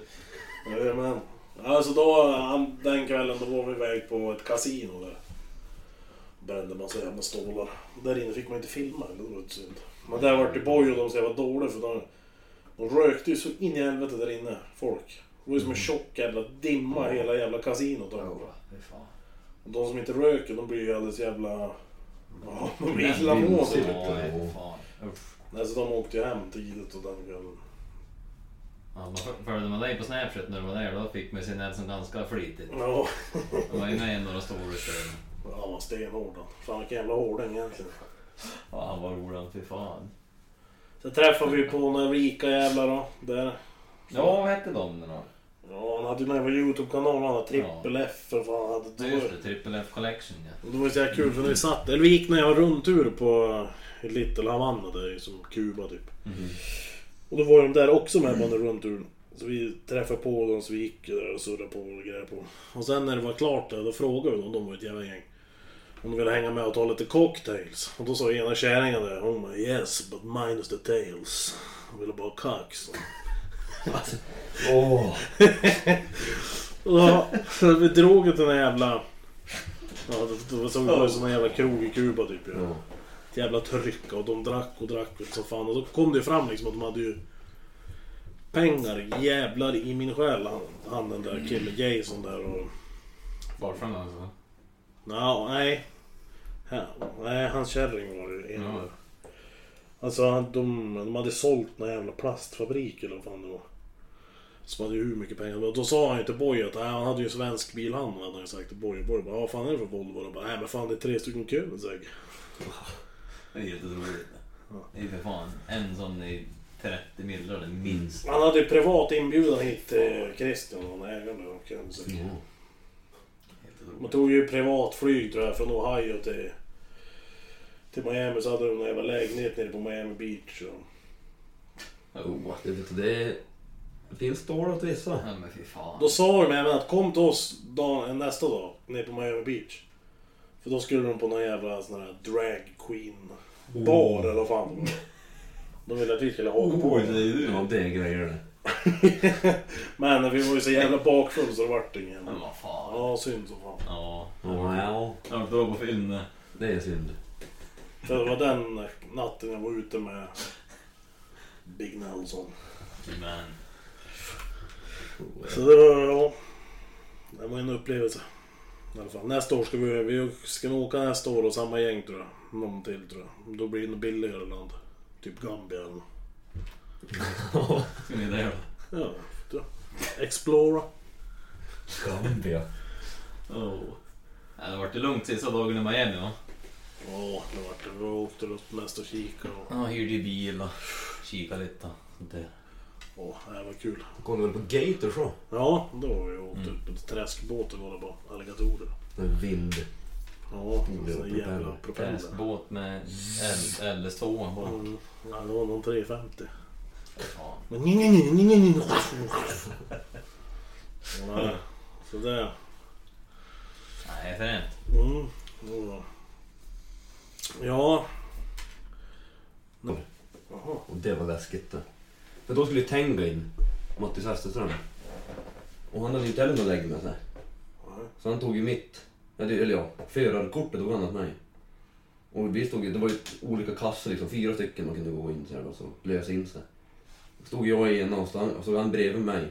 S1: jajamän. Alltså då, han, den kvällen då var vi iväg på ett kasino där. Brände massa jävla stålar. Där inne fick man inte filma, eller det var lite synd. Men där vart det boj och de så jävla dåliga för de, de rökte ju så in i helvete där inne, folk. Det var ju som en tjock jävla dimma hela jävla kasinot. då.
S2: Fy fan.
S1: De som inte röker de blir ju alldeles jävla... Ja, de blir
S2: Ja,
S1: illamående.
S2: fy fan. Uff.
S1: Alltså de åkte ju hem tidigt och den kvällen.
S2: Ja, man föl- Följde man dig på Snapchat när du var där då fick man sin Nelson ganska flitigt.
S1: Ja,
S2: Han var ju med i några stora ställen.
S1: han var stenhård han. Fan vilken jävla hårding egentligen.
S2: Ja, han var rolig han, fy fan.
S1: Så träffade vi på några rika jävlar då. Där.
S2: Ja, vad hette de nu då?
S1: Ja, han hade ju någon Youtube-kanal, han hade trippel F för fan. Han
S2: Ja,
S1: hade
S2: just det. Triple F Collection ja.
S1: Och det var så jävla kul för när vi satt eller vi gick när jag var rundtur på Little Havanna, det är ju som Kuba typ.
S2: Mhm.
S1: Och då var de där också med på den rundturen. Så vi träffade på dem, så vi gick där och surrade på och grejade på. Och sen när det var klart där, då frågade vi dem, de var ett jävla gäng. Om de ville hänga med och ta lite cocktails. Och då sa ena kärringen där, hon bara yes but minus the tails. Hon ville bara ha kack. så.
S3: Åh!
S1: Och då, så vi drog till den här jävla Ja, det, det var som det var en sån här jävla krog i Kuba typ. Ja.
S3: Ja.
S1: Ett jävla tryck och de drack och drack ut som fan. Och då kom det ju fram liksom att de hade ju pengar, jävlar i min själ. Han, han den där killen Jason där och...
S2: Farsan alltså.
S1: No, nej. Ja, nej, hans kärring var det en.
S2: Ja.
S1: Alltså han- de, de hade sålt någon jävla plastfabrik eller vad fan det var. Som hade ju hur mycket pengar Och Då sa han ju till Boy att "Nej, han hade ju en svensk bil han hade han ju sagt till Boy. Och Boy bara, vad fan är det för Volvo? Och bara, nej men fan det är tre stycken kul säg.
S2: Det är jätteroligt. Det är ju för fan en sån i 30 miljoner minst.
S1: Han hade ju privat inbjudan hit till Christian, han ägaren av Kungsängen.
S2: Helt otroligt.
S1: Man tog ju privatflyg tror jag från Ohio till, till Miami. Så hade de en jävla lägenhet nere på Miami Beach. Och...
S2: Oh.
S3: Det, vet du, det finns stål åt vissa.
S2: Ja men fy fan.
S1: Då sa de även att kom till oss dagen, nästa dag nere på Miami Beach. För då skulle de på någon jävla sån här drag queen bar eller vad fan det var. De ville att vi skulle haka på.
S2: du.
S3: Ja, det är grejer det.
S1: Men vi var ju så jävla bakfulla så det vart ingen.
S2: Men vad fan.
S1: Ja, synd som fan.
S2: Ja.
S3: Ja, ja,
S2: Jag har inte varit på fyllan.
S3: det är synd.
S1: För det var den natten jag var ute med Big Nelson.
S2: Men.
S1: Så det var, ja. Det var en upplevelse. I alla fall. Nästa år ska vi, vi ska nog åka nästa år och samma gäng tror jag. Någon till tror jag. Då blir det nog billigare land. Typ Gambia eller något.
S2: Ska ni där då?
S1: Ja, tror jag. Explora.
S3: Gambia.
S2: Oh. Ja, det vart ju lugnt sista dagen i Miami va?
S1: Ja, det vart det. Vi åkte runt mest och kikade och...
S2: Ja, hyrde ju bil och kika lite och sånt där.
S1: Ja, det var kul.
S3: Kollar väl på Gator så?
S1: Ja, då var vi och åkte
S3: Mm.
S1: ut på träskbåt och kollade på alligatorer.
S3: Med vind.
S1: Ja,
S3: Mm,
S1: en sån jävla
S3: propeller.
S1: propeller.
S2: Träskbåt med L- LS2. på.
S1: Mm, Ja, det var någon 350.
S2: Fan.
S1: Men nej, nej, nej, nej, nej, nej, nej. Ja, Sådär.
S2: Nej, fränt.
S1: Mm. ja. Ja. Nej. Jaha.
S3: Och det var läskigt det. För då skulle ju Tengo in, Mattis Hästerström. Och han hade ju inte heller något lägg med sig.
S1: Nej.
S3: Så han tog ju mitt, ja, det- eller ja, förarkortet tog han åt mig. Och vi stod ju, det var ju olika kassor liksom, fyra stycken man kunde gå in så här, och så lösa in sig. Stod jag i ena och så han- och så han bredvid mig.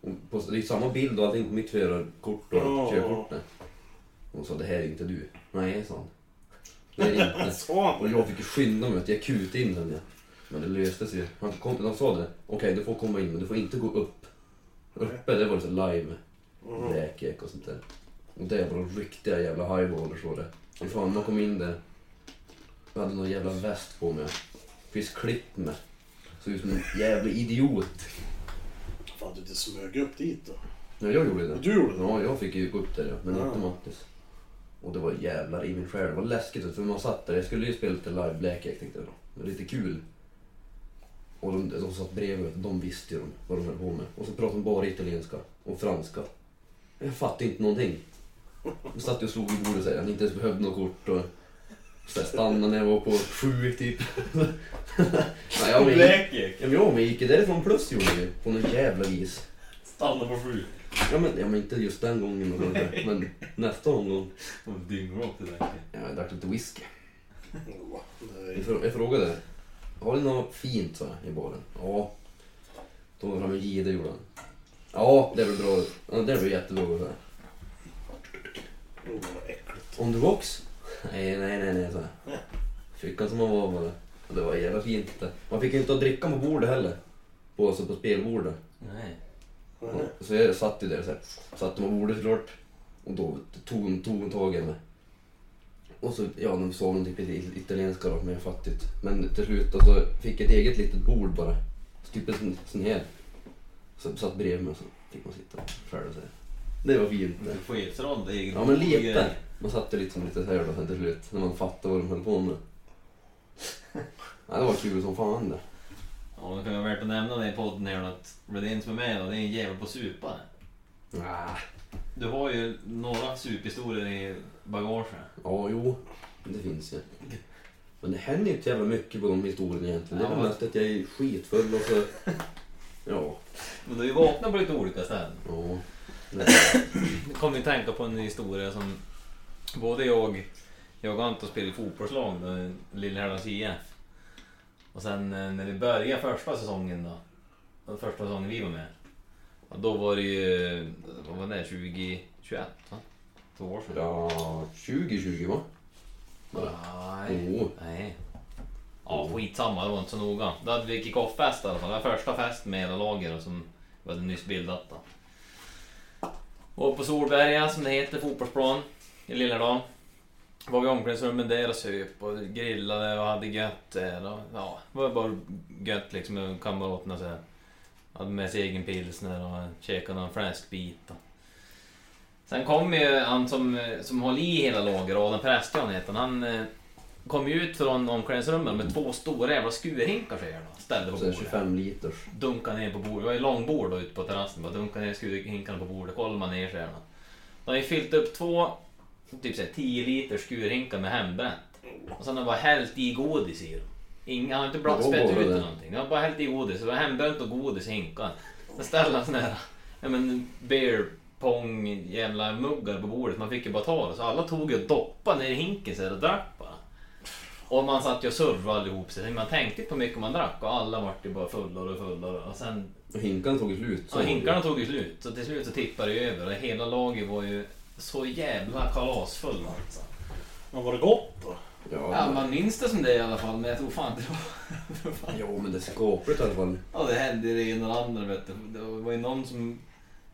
S3: Och på, det är samma bild och allting på mitt förarkort och
S1: Ja.
S3: körkortet. Och sa det här är inte du. Nej, sa han. Det är inte.
S1: Sa
S3: Och
S1: han det?
S3: jag fick ju skynda mig att jag kutade in den. ja. Men det löste sig. Han, kom, han sa det. Okej, du får komma in men du får inte gå upp. Uppe, det var så live. Räkek och sånt där. Och det var de riktiga jävla highballers var det. Fy fan, man kom in där. Jag hade någon jävla väst på mig. Finns klippt med. Såg ut som en jävla idiot.
S1: Fan, du inte smög upp dit då.
S3: Ja, jag gjorde det.
S1: Du gjorde det?
S3: Ja, jag fick ju gå upp där ja. Men
S1: Ja.
S3: inte Mattis. Och det var jävlar i min själ. Det var läskigt för man satt där. Jag skulle ju spela lite live Blackjack tänkte jag då. Det var lite kul. Och de, de satt bredvid. De visste ju de, vad de höll på med. Och så pratade de bara italienska och franska. Jag fattade inte någonting. De satt ju och slog i bordet såhär. Jag hade inte ens behövt något kort. Och... Så här, stannade när jag var på sju typ. Nej, jag, men, ja,
S2: Läkek.
S3: men jag men gick ju därifrån plus gjorde vi. På någon jävla vis.
S2: Stanna på sju.
S3: Ja men, ja men inte just den gången då kanske, men nästa omgång.
S2: Och dyngrak det där.
S3: Ja, jag drack lite whisky.
S1: Ja,
S3: Jag,
S1: Nej.
S3: frå- jag frågade, har ni något fint sa jag, i baren? Ja. Då var fram en gide gjorde han. Ja, det blir bra. Ja, det blir jättebra. Så.
S1: Oh, vad äckligt.
S3: On the rocks? Nej, nej, nej, nej, så. Fick han som han var bara. Och det var jävla fint det. Man fick ju inte ha dricka på bordet heller. På, alltså på spelbordet.
S2: Nej.
S1: Nej.
S3: Så jag satt ju där så här. Satt de på bordet såklart. Och då tog hon, tog hon tag i mig. Och så, ja de sa någonting på it- italienska då, men jag fattade inte. Men till slut alltså, fick jag ett eget litet bord bara. Så typ en sån, sån här. Så satt bredvid mig och så fick man sitta själv och så här. Det var fint det.
S2: Du får chefsroll. Det är egen
S3: Ja men lite. Man satt ju liksom lite så här då sen till slut. När man fattade vad de höll på med. Ja, det var kul som fan det.
S2: Ja, det kan vara värt att nämna det i podden här att Redén som är med då, det är en jävel på supa.
S3: Ah,
S2: Du har ju några suphistorier i bagaget.
S3: ja, jo. Det finns ju. Men det händer ju inte jävla mycket på de historierna egentligen. Det är
S2: Ja.
S3: väl mest att jag är skitfull och så... Ja.
S2: Men du är ju vaknat på lite olika ställen.
S3: Ja.
S2: Jag kom ju tänka på en historia som Både jag, jag och Anton spelade i fotbollslag då, Lillhärdals IF. Och sen eh, när vi började första säsongen då. Den första säsongen vi var med. Och då var det ju, vad var det, 2021 va? Två år sedan.
S3: Ja, 2020 va? Eller?
S2: Nej.
S3: Jo.
S2: Nej. Ja, skitsamma. Det var inte så noga. Då hade vi kick-off-fest i alla fall. Det var första fest med hela laget då, som vi hade nyss bildat. Då. Och på Solberga, som det heter, fotbollsplan i Lillerdal. Var vi i omklädningsrummet där och söp och grillade och hade gött där. Och, ja, det var bara gött liksom med kamraterna. Så här. Hade med sig egen pilsner och käkade någon fläskbit. Och. Sen kom ju han som, som håller i hela laget, Adam Prästjan heter han. Han eh, kom ju ut från omklädningsrummet med två stora jävla skurhinkar säger han. Ställde på
S3: Så här
S2: bordet.
S3: 25 liters.
S2: Dunka ner på bordet. Det var ju långbord då ute på terrassen. Bara dunka ner skurhinkarna på bordet. Kollar man ner så är det något. De har ju fyllt upp två typ såhär 10 liter skurhinkar med hembränt. Och sen har de bara hällt i godis i dem. Ingen, han har inte
S3: Vad
S2: bland, spätt
S3: var
S2: ut
S3: det?
S2: någonting. De har bara hällt i godis. Det var hembränt och godis i hinkar. Sen ställde han sån här ja, men beer pong jävla muggar på bordet. Man fick ju bara ta det. Så alla tog ju och doppade ner i hinken så här och drack bara. Och man satt ju och survade allihop sig. Man tänkte inte på hur mycket man drack och alla vart ju bara fullare och fullare. Och sen,
S3: Och Hinkan tog slut.
S2: ja, hinkarna tog ju slut. Så till slut så tippade det ju över och hela laget var ju så jävla kalasfull alltså.
S1: Men var det gott då?
S2: Ja,
S3: Ja,
S2: man minns det som det i alla fall, men jag tror fan inte det var...
S3: men- ja, men det är skapligt i alla fall.
S2: ja, det hände det ena och det andra vet du. Det var ju någon som...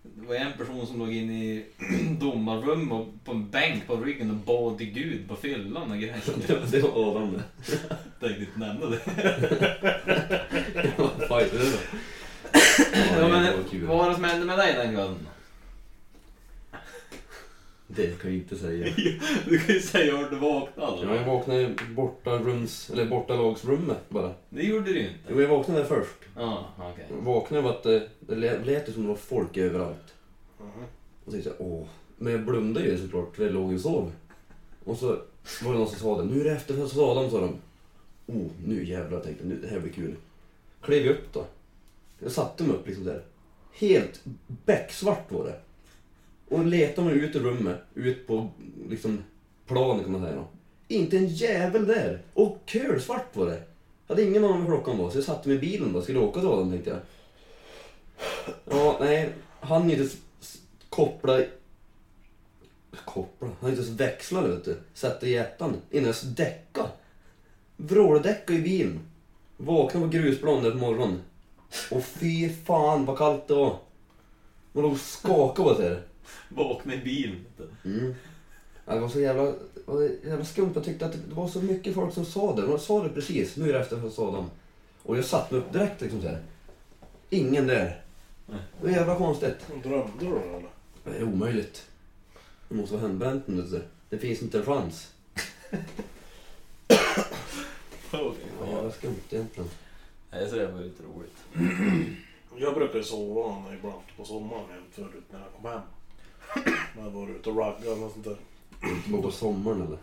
S2: Det var en person som låg inne i domarrum och på en bänk på ryggen och bad till gud på fyllan och grejer.
S3: Det var Adam det.
S2: Tänkte inte nämna det.
S3: Fight det då.
S2: Ja,
S3: Ja, det var
S2: men, vad
S3: kul.
S2: var det som hände med dig den kvällen?
S3: Det kan jag inte säga.
S2: Du kan ju säga vart du vaknade. alltså.
S3: Ja, jag vaknade borta rums, eller borta lagsrummet bara.
S2: Det gjorde du ju inte.
S3: Jo, jag vaknade där först.
S2: Ja, okej.
S3: Jag vaknade av att det, det lät lät ju som det var folk överallt.
S1: Mm.
S3: Och tänkte jag, åh. Men jag blundade ju såklart, för jag låg ju och sov. Och så var det någon som sa det, nu är det efterfest hos Adam, sa de. Oh, nu jävlar tänkte jag, nu, det här blir kul. Klev jag upp då. Jag satte mig upp liksom där. Helt becksvart var det. Och letade mig ut ur rummet, ut på liksom planen kan man säga då. Inte en jävel där! Och kölsvart var det. Jag hade ingen aning om vad klockan var, så jag satte mig i bilen och skulle åka till Adam tänkte jag. Ja, nej, han inte s- s- koppla... Koppla? Han inte ens växla vet du. Sätta i ettan innan jag ens däcka. Vråldäcka i bilen. Vaknade på grusplan där på morgonen. Och fy fan vad kallt det var. Man låg och skakade på det.
S2: Vakna i bilen.
S3: Mm. Ja, Det var så jävla, det var jävla skumt. Jag tyckte att det var så mycket folk som sa det. De sa det precis. Nu är det efter sa de. Och jag satte mig upp direkt liksom så här. Ingen där. Det var jävla konstigt.
S1: Drömde du då eller?
S3: Det är omöjligt. Det måste vara hembränt nu. vet du. Det finns inte en chans. Ja, det var skumt egentligen.
S2: Nej, så det var ju inte roligt.
S1: Jag brukar ju sova ibland på sommaren helt förut när jag kom hem. När jag var ute och raggade och sånt där.
S3: Du var på sommaren eller?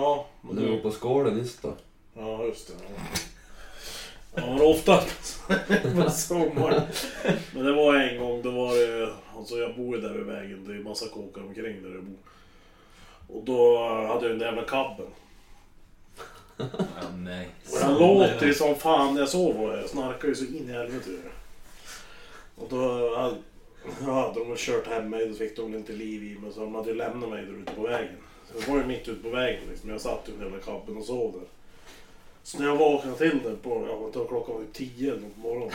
S1: Ja, men
S3: Du var
S1: du...
S3: på skalen nyss då.
S1: Ja, just det. Ja, men ofta på sommaren. Men det var en gång, då var det... Alltså jag bor ju där vid vägen, det är ju massa kåkar omkring där jag bor. Och då hade jag den där jävla cabben.
S2: Ja,
S3: eh,
S2: nej.
S1: Och jag låter ju som fan när jag sover. Jag snarkar ju så in i helvete. gör jag. Och då hade, ja, de hade kört hem mig, då fick de inte liv i mig. Så de hade ju lämnat mig där ute på vägen. Så jag var ju mitt ute på vägen liksom. Jag satt ju i den jävla kabben och sov där. Så när jag vaknade till där på, jag vet inte, klockan var ju tio eller något på morgonen.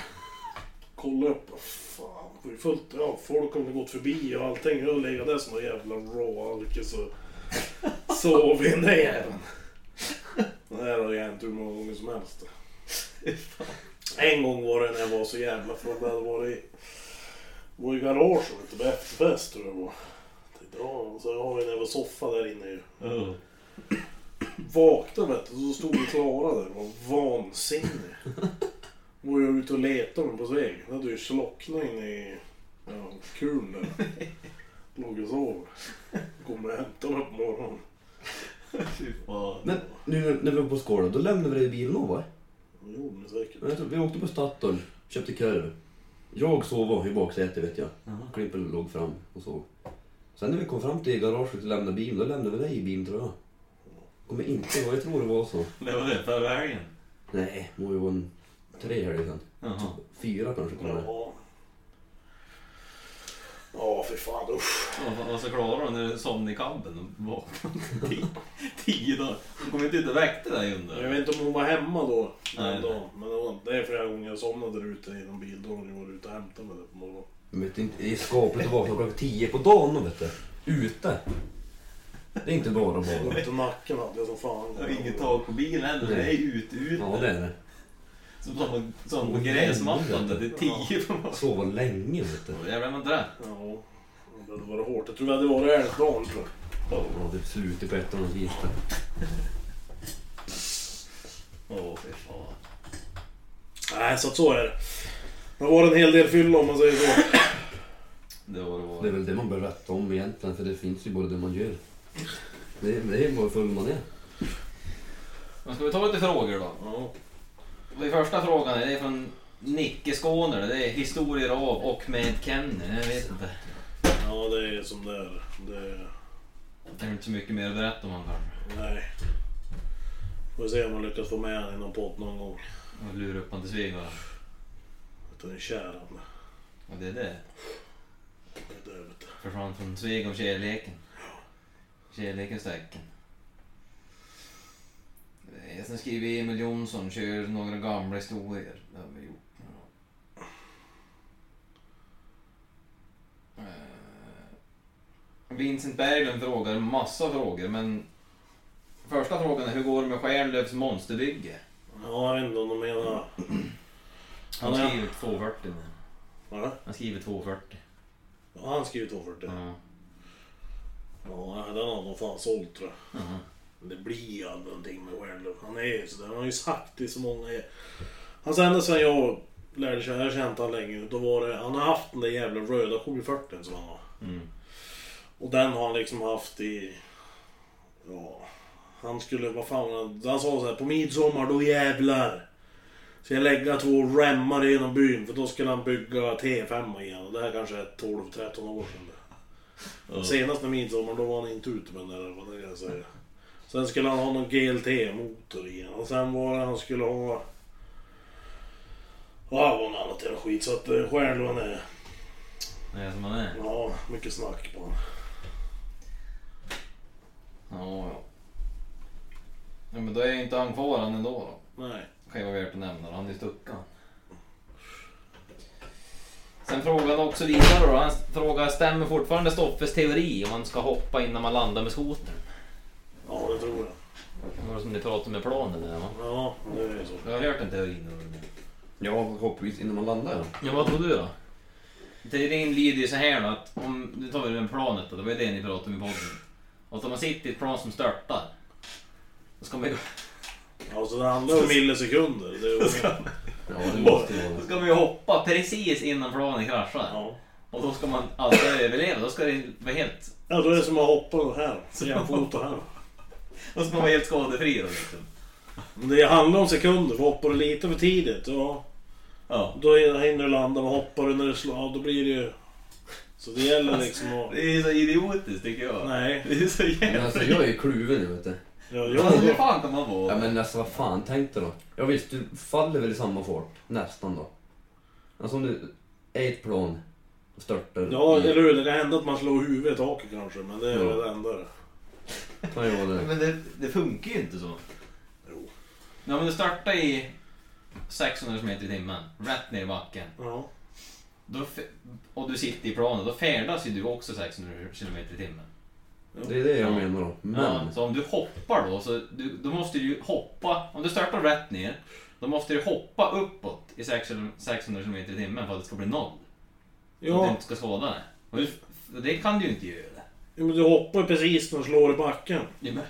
S1: Kollade upp, vad fan, det var ju fullt, ja folk hade gått förbi och allting. Jag legat där som en jävla råalkis och sov i den där jäveln. Det här har ju hänt hur många gånger som helst. En gång var det när jag var så jävla full. Jag hade varit i, var i garaget ute på efterfest tror jag det var. Tänkte, ja, så jag har ju en jävla soffa där inne ju.
S2: Oh.
S1: Vaknade vet du, så stod ju Klara där och var vansinnig. Var jag ute och letade mig på väg. Då hade ju slocknat in i ja, kuln där. Låg och sov. Kom och hämtade mig på morgonen.
S2: Fy fan.
S3: Men nu när vi var på skalen, då lämnade vi dig i bilen då va?
S1: Det gjorde ni säkert.
S3: Jag tror- Vi åkte på Statoil, köpte korv. Jag sov i baksätet vet jag. Klippen låg fram och sov. Sen när vi kom fram till garaget och lämnade bilen, då lämnade vi dig i bilen tror jag. Kommer inte ihåg, jag tror det var så.
S2: Det var det, förra helgen.
S3: Nej, det var ju en tre helger sedan.
S2: Jaha.
S3: Fyra kanske kom det.
S1: Ja. Ja, fy fan usch.
S2: Och- Och så klarade hon när du somnade i kabben och vaknade tio, tio dagar. Hon kom inte ut och väckte dig
S1: Jag
S2: under.
S1: vet inte om hon var hemma då.
S2: Nej.
S1: Den dagen. Men det, var, det är flera gånger jag somnade där ute i någon bil då hon var ute och hämtade mig där på morgonen.
S3: Men vet du inte, det är skapligt att vakna klockan tio på dagen vet du. Ute. Det är inte bara bara.
S1: Ont i nacken hade jag som fan.
S2: Och inget tak på bilen heller, så det är ute, ute.
S3: Ja det är det.
S2: Som, som, som på gräsmattan, där det är tio på morgonen.
S3: Sova länge vet du.
S2: Åh, Jävlar man trött.
S1: Ja. Det hade varit hårt. Jag tror det hade varit älgdagen tror jag.
S3: Ja, det slutar på ett annat vis. där.
S2: Åh fy fan.
S1: Nej, så att så är det. Det var en hel del fylla om man säger så.
S2: Det var det
S3: Det är
S2: var.
S3: väl det man bör rätta om egentligen, för det finns ju bara det man gör. Det, det är bara full man är.
S2: Men ska vi ta lite frågor då?
S1: Ja.
S2: Den första frågan är från Nicke Skåner. Det är historier av och med Kenny. Jag vet inte.
S1: ja, det är som det är. Det är...
S2: Det är inte så mycket mer att berätta om han kanske.
S1: Nej. Får se om man lyckas få med honom i någon podd någon gång.
S2: Och lura upp han till svigaren.
S1: Utan en kär han.
S2: Och det är det.
S1: Det är det.
S2: Försvann från svig om kärleken. Kärlekens tecken. Eh, Sen skriver Emil Jonsson, kör några gamla historier. Det har vi gjort. Eh, Vincent Berglund frågar massa frågor men första frågan är hur går det med Stjärnlöfs monsterbygge?
S1: Ja, jag vet inte om de menar...
S2: Han
S1: Ja, men-
S2: skriver 240 nu.
S1: Va?
S2: Han skriver 240.
S1: Ja, han skriver 240.
S2: Ja.
S1: Ja, nej, den har de fan sålt tror jag.
S2: Jaha.
S1: Men Det blir ju aldrig någonting med Wernlöf. Han är ju sådär. Han har ju sagt det så många... Hans ända sen jag lärde känna, jag har känt han länge, då var det... Han har haft den där jävla röda 740 som han har.
S2: Mm.
S1: Och den har han liksom haft i... Ja... Han skulle, vad fan var det? Han sa så här, på midsommar då jävlar! Ska jag lägga två remmar genom byn för då skulle han bygga T5 igen. Och det här kanske är 12-13 år sedan.
S2: Ja.
S1: Senast med midsommar då var han inte ute med den där, vad det kan jag säga. Sen skulle han ha någon GLT-motor igen och sen var det han skulle ha... Ja, det var något annat jävla skit så att eh, själv han är...
S2: Det är som han är.
S1: Ja, mycket snack på honom.
S2: Ja, ja. ja men då är ju inte han kvar han ändå då.
S1: Nej.
S2: Kan ju vara värt att nämna då. Han är ju stuckan. Sen frågade han också vidare då. Han frågar, stämmer fortfarande Stoffes teori om man ska hoppa innan man landar med skotern?
S1: Ja, det tror jag.
S2: Det var som ni pratade med planen där va?
S1: Ja, det är ju så.
S2: Jag har hört den teorin. då.
S3: Ja, hoppvis innan man landar ja.
S2: Ja, vad tror du då? Teorin lyder ju så här då att om, nu tar vi den planet då, det var ju det ni pratade om i podden. Att om man sitter i ett plan som störtar, då ska man ju
S1: Ja, så Alltså, det handlar om millisekunder. Det är ju...
S3: Ja, det måste ju vara
S2: Då
S3: det.
S2: ska man ju hoppa precis innan planet kraschar.
S1: Ja.
S2: Och då ska man alltid överleva. Då ska, det vara helt,
S1: ja, då är det som att hoppa här. Jämfota här.
S2: då ska man vara helt skadefri. Då, liksom.
S1: Men Det handlar om sekunder, för hoppar du lite för tidigt, ja...
S2: ja.
S1: Då hinner du landa, men hoppar du när du slår av, då blir det ju... Så det gäller liksom att...
S2: Det är ju så idiotiskt tycker jag.
S1: Nej.
S2: Det är så
S3: Men
S2: jävla...
S3: alltså jag är ju kluven nu vet du.
S1: Ja,
S2: Alltså, hur
S1: jag,
S2: fan kan man vara?
S3: Ja men alltså vad fan tänkte då? Ja visst, du faller väl i samma fart? Nästan då. Alltså om du är i ett plan och störtar.
S1: ja,
S3: i-
S1: eller hur? Det kan hända att man slår huvudet i taket kanske, men det är
S3: Ja.
S1: väl det enda det.
S3: Kan ju vara det.
S2: Men det, det funkar ju inte så.
S1: Jo.
S2: Ja, men du startar i 600 km i timmen, rätt ner i backen.
S1: Ja.
S2: Då, f- och du sitter i planet, då färdas ju du också 600 km i timmen.
S3: Det är det jag
S2: Ja.
S3: menar då.
S2: Ja,
S3: Men.
S2: så om du hoppar då, så du, då måste du ju hoppa. Om du startar rätt ner, då måste du hoppa uppåt i 600 600 km i timmen för att det ska bli noll. Så att du
S1: Ja,
S2: inte ska skada dig. Och du, det kan du ju inte göra.
S1: men du hoppar ju precis när du slår i backen.
S2: Ja, men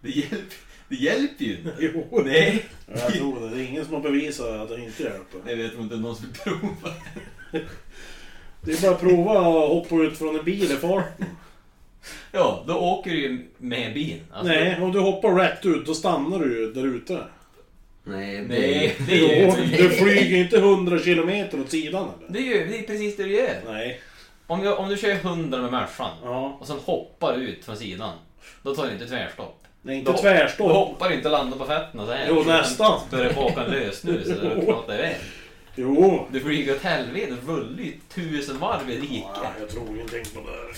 S2: Det, hjälp, det hjälper ju inte.
S1: Jo.
S2: Nej,
S1: Jag tror det. Det är ingen som har bevisat att det inte hjälper.
S2: jag vet om inte någon som provar.
S1: Det är bara att prova att hoppa ut från en bil i farten.
S2: Ja, då åker du ju med bilen. Alltså,
S1: Nej, om du hoppar rätt ut, då stannar du ju där ute.
S3: Nej.
S2: Nej,
S3: det-
S2: det är
S1: Jo,
S2: ju...
S1: Du flyger inte 100 kilometer åt sidan eller?
S2: Det är ju det är precis det du gör.
S1: Nej.
S2: Om, jag, om du kör 100 med märsan
S1: Ja.
S2: och sen hoppar ut från sidan. Då tar du inte tvärstopp.
S1: Nej, inte
S2: Då-
S1: tvärstopp.
S2: Du hoppar inte och landar på fötterna så här.
S1: Jo, nästan.
S2: Du börjar baka en lösnus så du pratar iväg.
S1: Jo.
S2: Du flyger åt helvete, rullar ju tusen varv i
S1: Ja,
S2: riket.
S1: jag tror ingenting på det. här.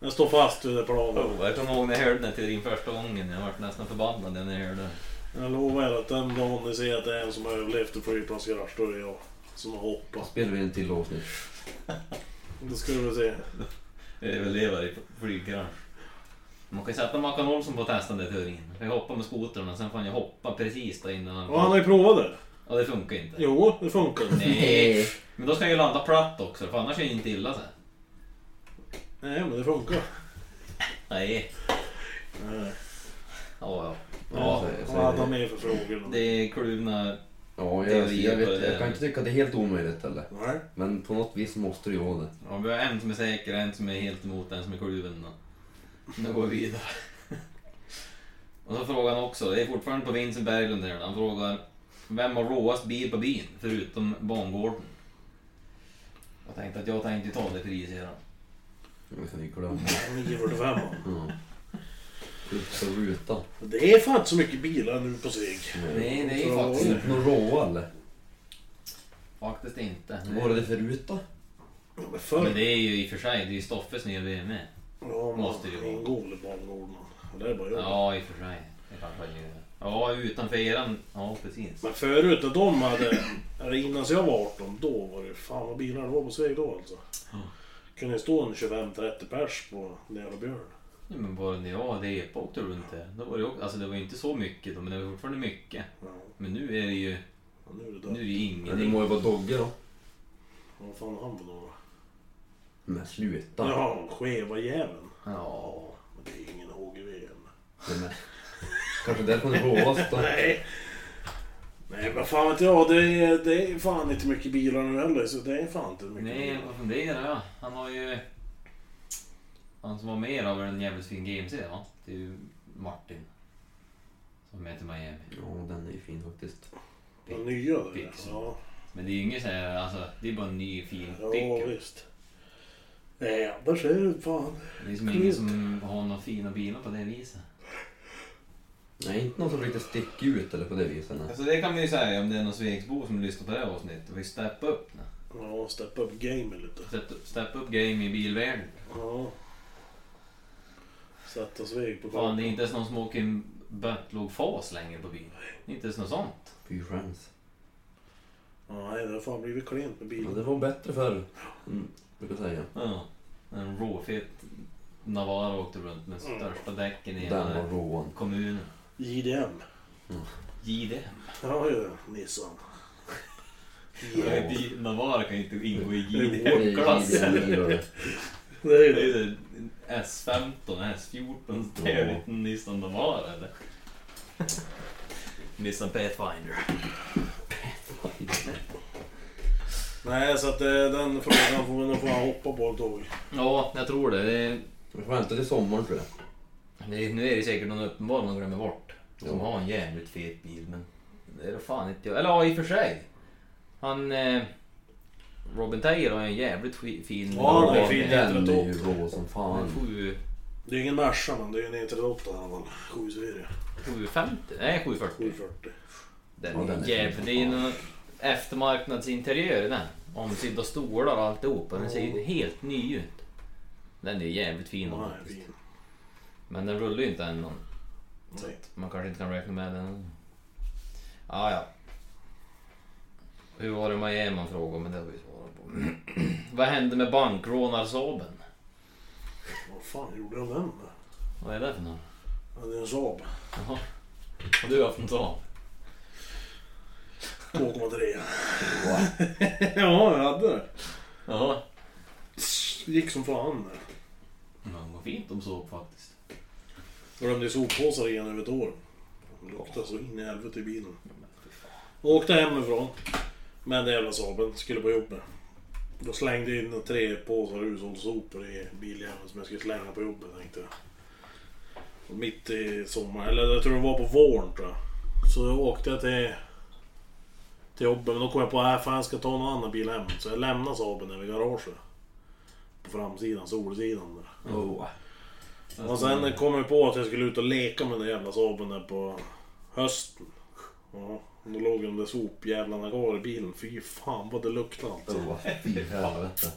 S1: Den står fast vid det planet.
S2: Oh, jag kommer ihåg när jag hörde den här teorin första gången. Jag vart nästan förbannad när jag hörde den.
S1: Jag lovar er att den dagen ni ser att det är en som har överlevt en flygplanskrasch, då är det jag som har hoppat.
S3: Spelar vi en till avsnitt.
S1: Det skulle du se.
S2: överleva i flygkrasch. Man kan ju sätta Mackan Olsson på att testa den där teorin. Jag hoppar med skotern och sen får han ju hoppa precis där innan han...
S1: Ja, han har ju provat det.
S2: Ja, det funkar ju inte.
S1: Jo, det funkar.
S2: Nej. Men då ska jag ju landa platt också, för annars är det inte illa sen.
S1: Nej, men det funkar.
S2: Nej.
S1: Nej.
S2: Ja, ja.
S3: Ja,
S2: Ja,
S3: så- så
S1: Vad hade han
S3: är det.
S1: med för frågor?
S2: Det är kluvna...
S3: ja
S2: det är
S3: jag, jag,
S2: på
S3: vet,
S2: det
S3: jag
S2: där.
S3: kan inte tycka att det är helt omöjligt heller.
S1: Nej.
S3: Men på något vis måste det ju vara det.
S2: Ja, vi har en som är säker, en som är helt emot, en som är kluven. Nu går vi vidare. Och så frågar han också, det är fortfarande på Vincent Berglund här, han frågar Vem har råast bil på byn, förutom bangården? Jag tänkte att jag tänkte ta det priset här.
S3: Jag kan ju
S2: Mm.
S3: glömma.
S1: 945.
S3: Ja. Upp och ruta.
S1: Det är fan inte så mycket bilar nu på Sveg.
S2: Nej, det är ju
S1: Bra.
S2: faktiskt,
S3: Inte någon råa eller?
S2: faktiskt inte.
S3: Vad var det för ruta?
S1: Ja, men
S2: Men
S1: förr...
S2: det är ju i och för sig, det är ju Stoffes nya BMW.
S1: Ja,
S2: måste det ju
S1: man
S2: vara.
S1: ingår väl i bangården. Det är bara jag.
S2: Ja, i och för sig. Det kanske är ju... Ja, utanför eran... Ja, precis.
S1: Men förut när de hade, eller innan jag var 18, då var det fan vad bilar det var på Sveg då alltså.
S2: Ja.
S1: Kunde det stå en 25-30 pers på den jävla björn.
S2: Ja, men bara när jag hade epa åkte runt där. Då var det, också, alltså det var ju inte så mycket då, men det var fortfarande mycket.
S1: Ja,
S2: Men nu är det ju,
S1: och nu är det
S2: nu är
S1: där.
S2: det ju
S3: Men det
S2: ingenting.
S3: må ju vara Dogge då.
S1: Vad fan har han för några?
S3: Men sluta.
S1: Ja, skeva jäveln.
S2: Ja.
S1: Ja, men det är ingen HGV.
S3: Nej, men- Kanske därför den råas då.
S1: Nej. Nej, vad fan vet jag. Det är, det är fan inte mycket bilar nu heller. Så det är fan inte mycket
S2: Nej,
S1: bilar.
S2: vad funderar jag? Han har ju... Han som var med över en jävligt fin GMC va? Det är ju Martin. Som är till Miami.
S3: Ja, den är ju fin faktiskt.
S1: De nya där.
S2: Pix.
S1: Ja,
S2: Men det är ju inget så här, alltså det är bara en ny fin
S1: ja
S2: pickup.
S1: visst. Nej, annars är det fan...
S2: Det är som ingen som har några fina bilar på det viset.
S3: Nej, inte någon som riktigt sticker ut eller på det viset. nej.
S2: Alltså det kan vi ju säga om det är någon Svegsbo som lyssnar på det här avsnittet. Vi steppar upp nu.
S1: Ja, steppa upp gamet lite.
S2: Sätt- Steppa upp game i bilvärlden.
S1: Ja. Sätta Sveg på
S2: Fan,
S1: kartan.
S2: det är inte ens någon som åker en Böntlog-fas längre på bilen. Inte ens något sånt.
S3: Fy skäms.
S1: Nej, det har fan blivit klent med
S3: Men
S1: bilen.
S3: det var bättre förr. Mm, brukar jag säga.
S2: Ja. En råfet Navara åkte runt med största däcken i
S3: Den var
S2: hela
S3: råan.
S2: kommunen.
S1: JDM.
S2: JDM.
S1: Ja, ja. Nissan. Ja.
S2: Ja. Navara kan ju inte ingå i
S1: Jo,
S3: Det är ju
S2: JDM-klass.
S3: det gillar det.
S1: Det är ju
S2: Det är
S1: det.
S2: ju S15, S14, det är ju inte en Nissan Navara eller? Nissan Pathfinder.
S1: Nej, så att eh, den frågan får vi nog fan hoppa på ett tag.
S2: Ja, jag tror det. det är...
S3: Vi får vänta till sommaren tror jag.
S2: Det är, nu är det säkert någon uppenbar man glömmer bort. Som
S3: Ja.
S2: har en jävligt fet bil men... Det är det fan inte jag. Eller ja, i och för sig. Han... Eh, Robin Taylor har en jävligt sk- fin...
S1: Ja, han har en
S2: Volvo.
S1: fin
S2: En-
S1: jävla
S3: Den är ju rå som
S2: en
S3: fan.
S2: sju-
S1: Det är ju ingen Merca, men det är ju en E38 i alla fall. 7 serie.
S2: 750? Nej, 740.
S1: 740.
S2: Den
S3: Ja, den
S2: är
S3: är
S2: jävligt...
S3: fin.
S2: Det är ju någon eftermarknadsinteriör i den. Omsydda stolar och alltihopa. Den ser ju helt ny ut. Den är jävligt fin.
S1: Den är
S2: faktiskt.
S1: fin.
S2: Men den rullar ju inte än någon.
S1: Nej.
S2: Man kanske inte kan räkna med den. Ah, ja. Hur var det med Miami frågade men det har vi svarat på. Vad hände med bankrånarsaben?
S1: Vad fan gjorde jag den med?
S2: Vad är det för någon?
S1: Ja, Det är en Saab.
S2: Jaha. Har du haft en sån?
S1: 2,3. ja, jag hade det.
S2: Ja.
S1: Gick som fan.
S2: Men vad fint de såg faktiskt.
S1: Glömde ju soppåsar igen över ett år. Det luktade så in i helvete i bilen. Åkte hemifrån. Med den jävla Saaben. Skulle på jobbet. Då slängde jag in tre påsar hushållssopor i biljäveln som jag skulle slänga på jobbet tänkte jag. Och Mitt i sommaren, eller jag tror det var på våren tror jag. Så då åkte jag till, äh, till jobbet men då kom jag på att jag ska ta någon annan bil hem. Så jag lämnade Saaben över garaget. på framsidan, solsidan. Där.
S3: Oh.
S1: Och sen
S2: Alltså-
S1: kom jag på att jag skulle ut och leka med den jävla Saaben där på hösten. Ja, då låg de där sopjävlarna kvar i bilen. Fy fan vad det luktade alltså.
S3: Oh, fy helvete.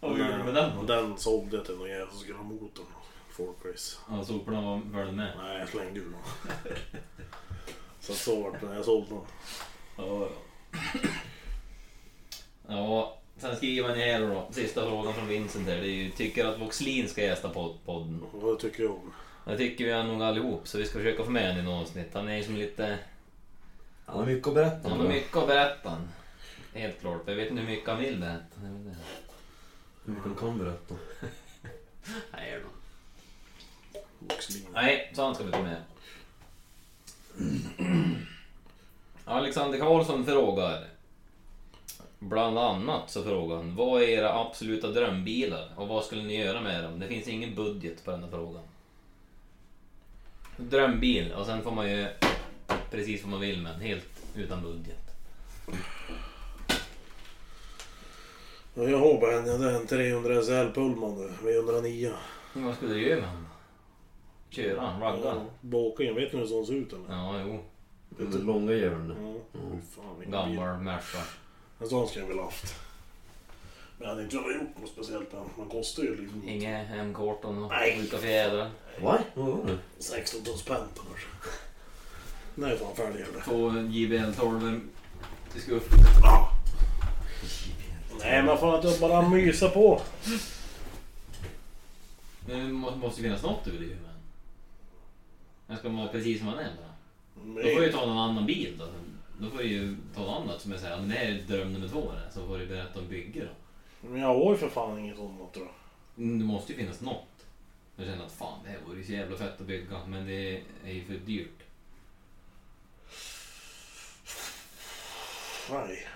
S2: Vad gjorde du med den då?
S1: Den sålde jag till någon jävel som skulle ha motorn. Folk race.
S2: Ja, soporna var väl med.
S1: Nej, jag slängde ur den. Så att så vart det när jag sålde den.
S2: Ja, ja. ja, sen skriver han här då. Sista frågan från Vincent här. Det är ju, tycker att Voxlin ska gästa pod- podden.
S1: Och det tycker jag om.
S2: Det tycker vi nog allihop, så vi ska försöka få med honom i något avsnitt. Han är ju som lite...
S3: Han har mycket att berätta
S2: Han
S3: om.
S2: har
S3: det.
S2: mycket att berätta. Helt klart. Jag vet inte hur mycket han vill berätta. Jag vet inte.
S3: Hur mycket han kan berätta.
S2: Nej, jag vet inte.
S1: Boxning.
S2: Nej, så han ska vi ta med. Alexander Karlsson frågar. Bland annat så frågar han, vad är era absoluta drömbilar och vad skulle ni göra med dem? Det finns ingen budget på den här frågan. Drömbil och sen får man ju precis vad man vill med den, helt utan budget.
S1: Ja, Jag har bara en, det är en 300 SL Pullman det, V109.
S2: Men Vad skulle du göra med den? Köra den? Ragga den?
S1: Bakingen, vet ni hur sån ser ut eller?
S2: Ja, jo.
S3: Den där långa djuren.
S1: Ja. Fan, vilken bil.
S2: Gammal Merca.
S1: En sån skulle jag vilja haft. Men jag hade inte gjort något speciellt med den. Man kostar ju liksom
S2: Inget M14 och
S1: Nej.
S2: sjuka fjädrar.
S3: Va? Vad var det?
S1: 16 tons pent kanske. Nej, fan fälgar det.
S2: Två JBL 12 till skuff.
S1: Ah! Nej, men fan att jag bara mysa på.
S2: Men det må- måste ju finnas något över huvudet. Men ska man vara precis som man är bara? Då får jag ju
S1: Nej.
S2: ta någon annan bil då. Då får jag ju ta något annat som jag säger, "Ja, men det här är dröm nummer två det. Så får du berätta om bygge då.
S1: Men jag har ju för fan inget sånt tror jag.
S2: Mm, Det måste ju finnas något. Jag känner att fan det här vore ju så jävla fett att bygga men det är ju för dyrt.
S1: Nej.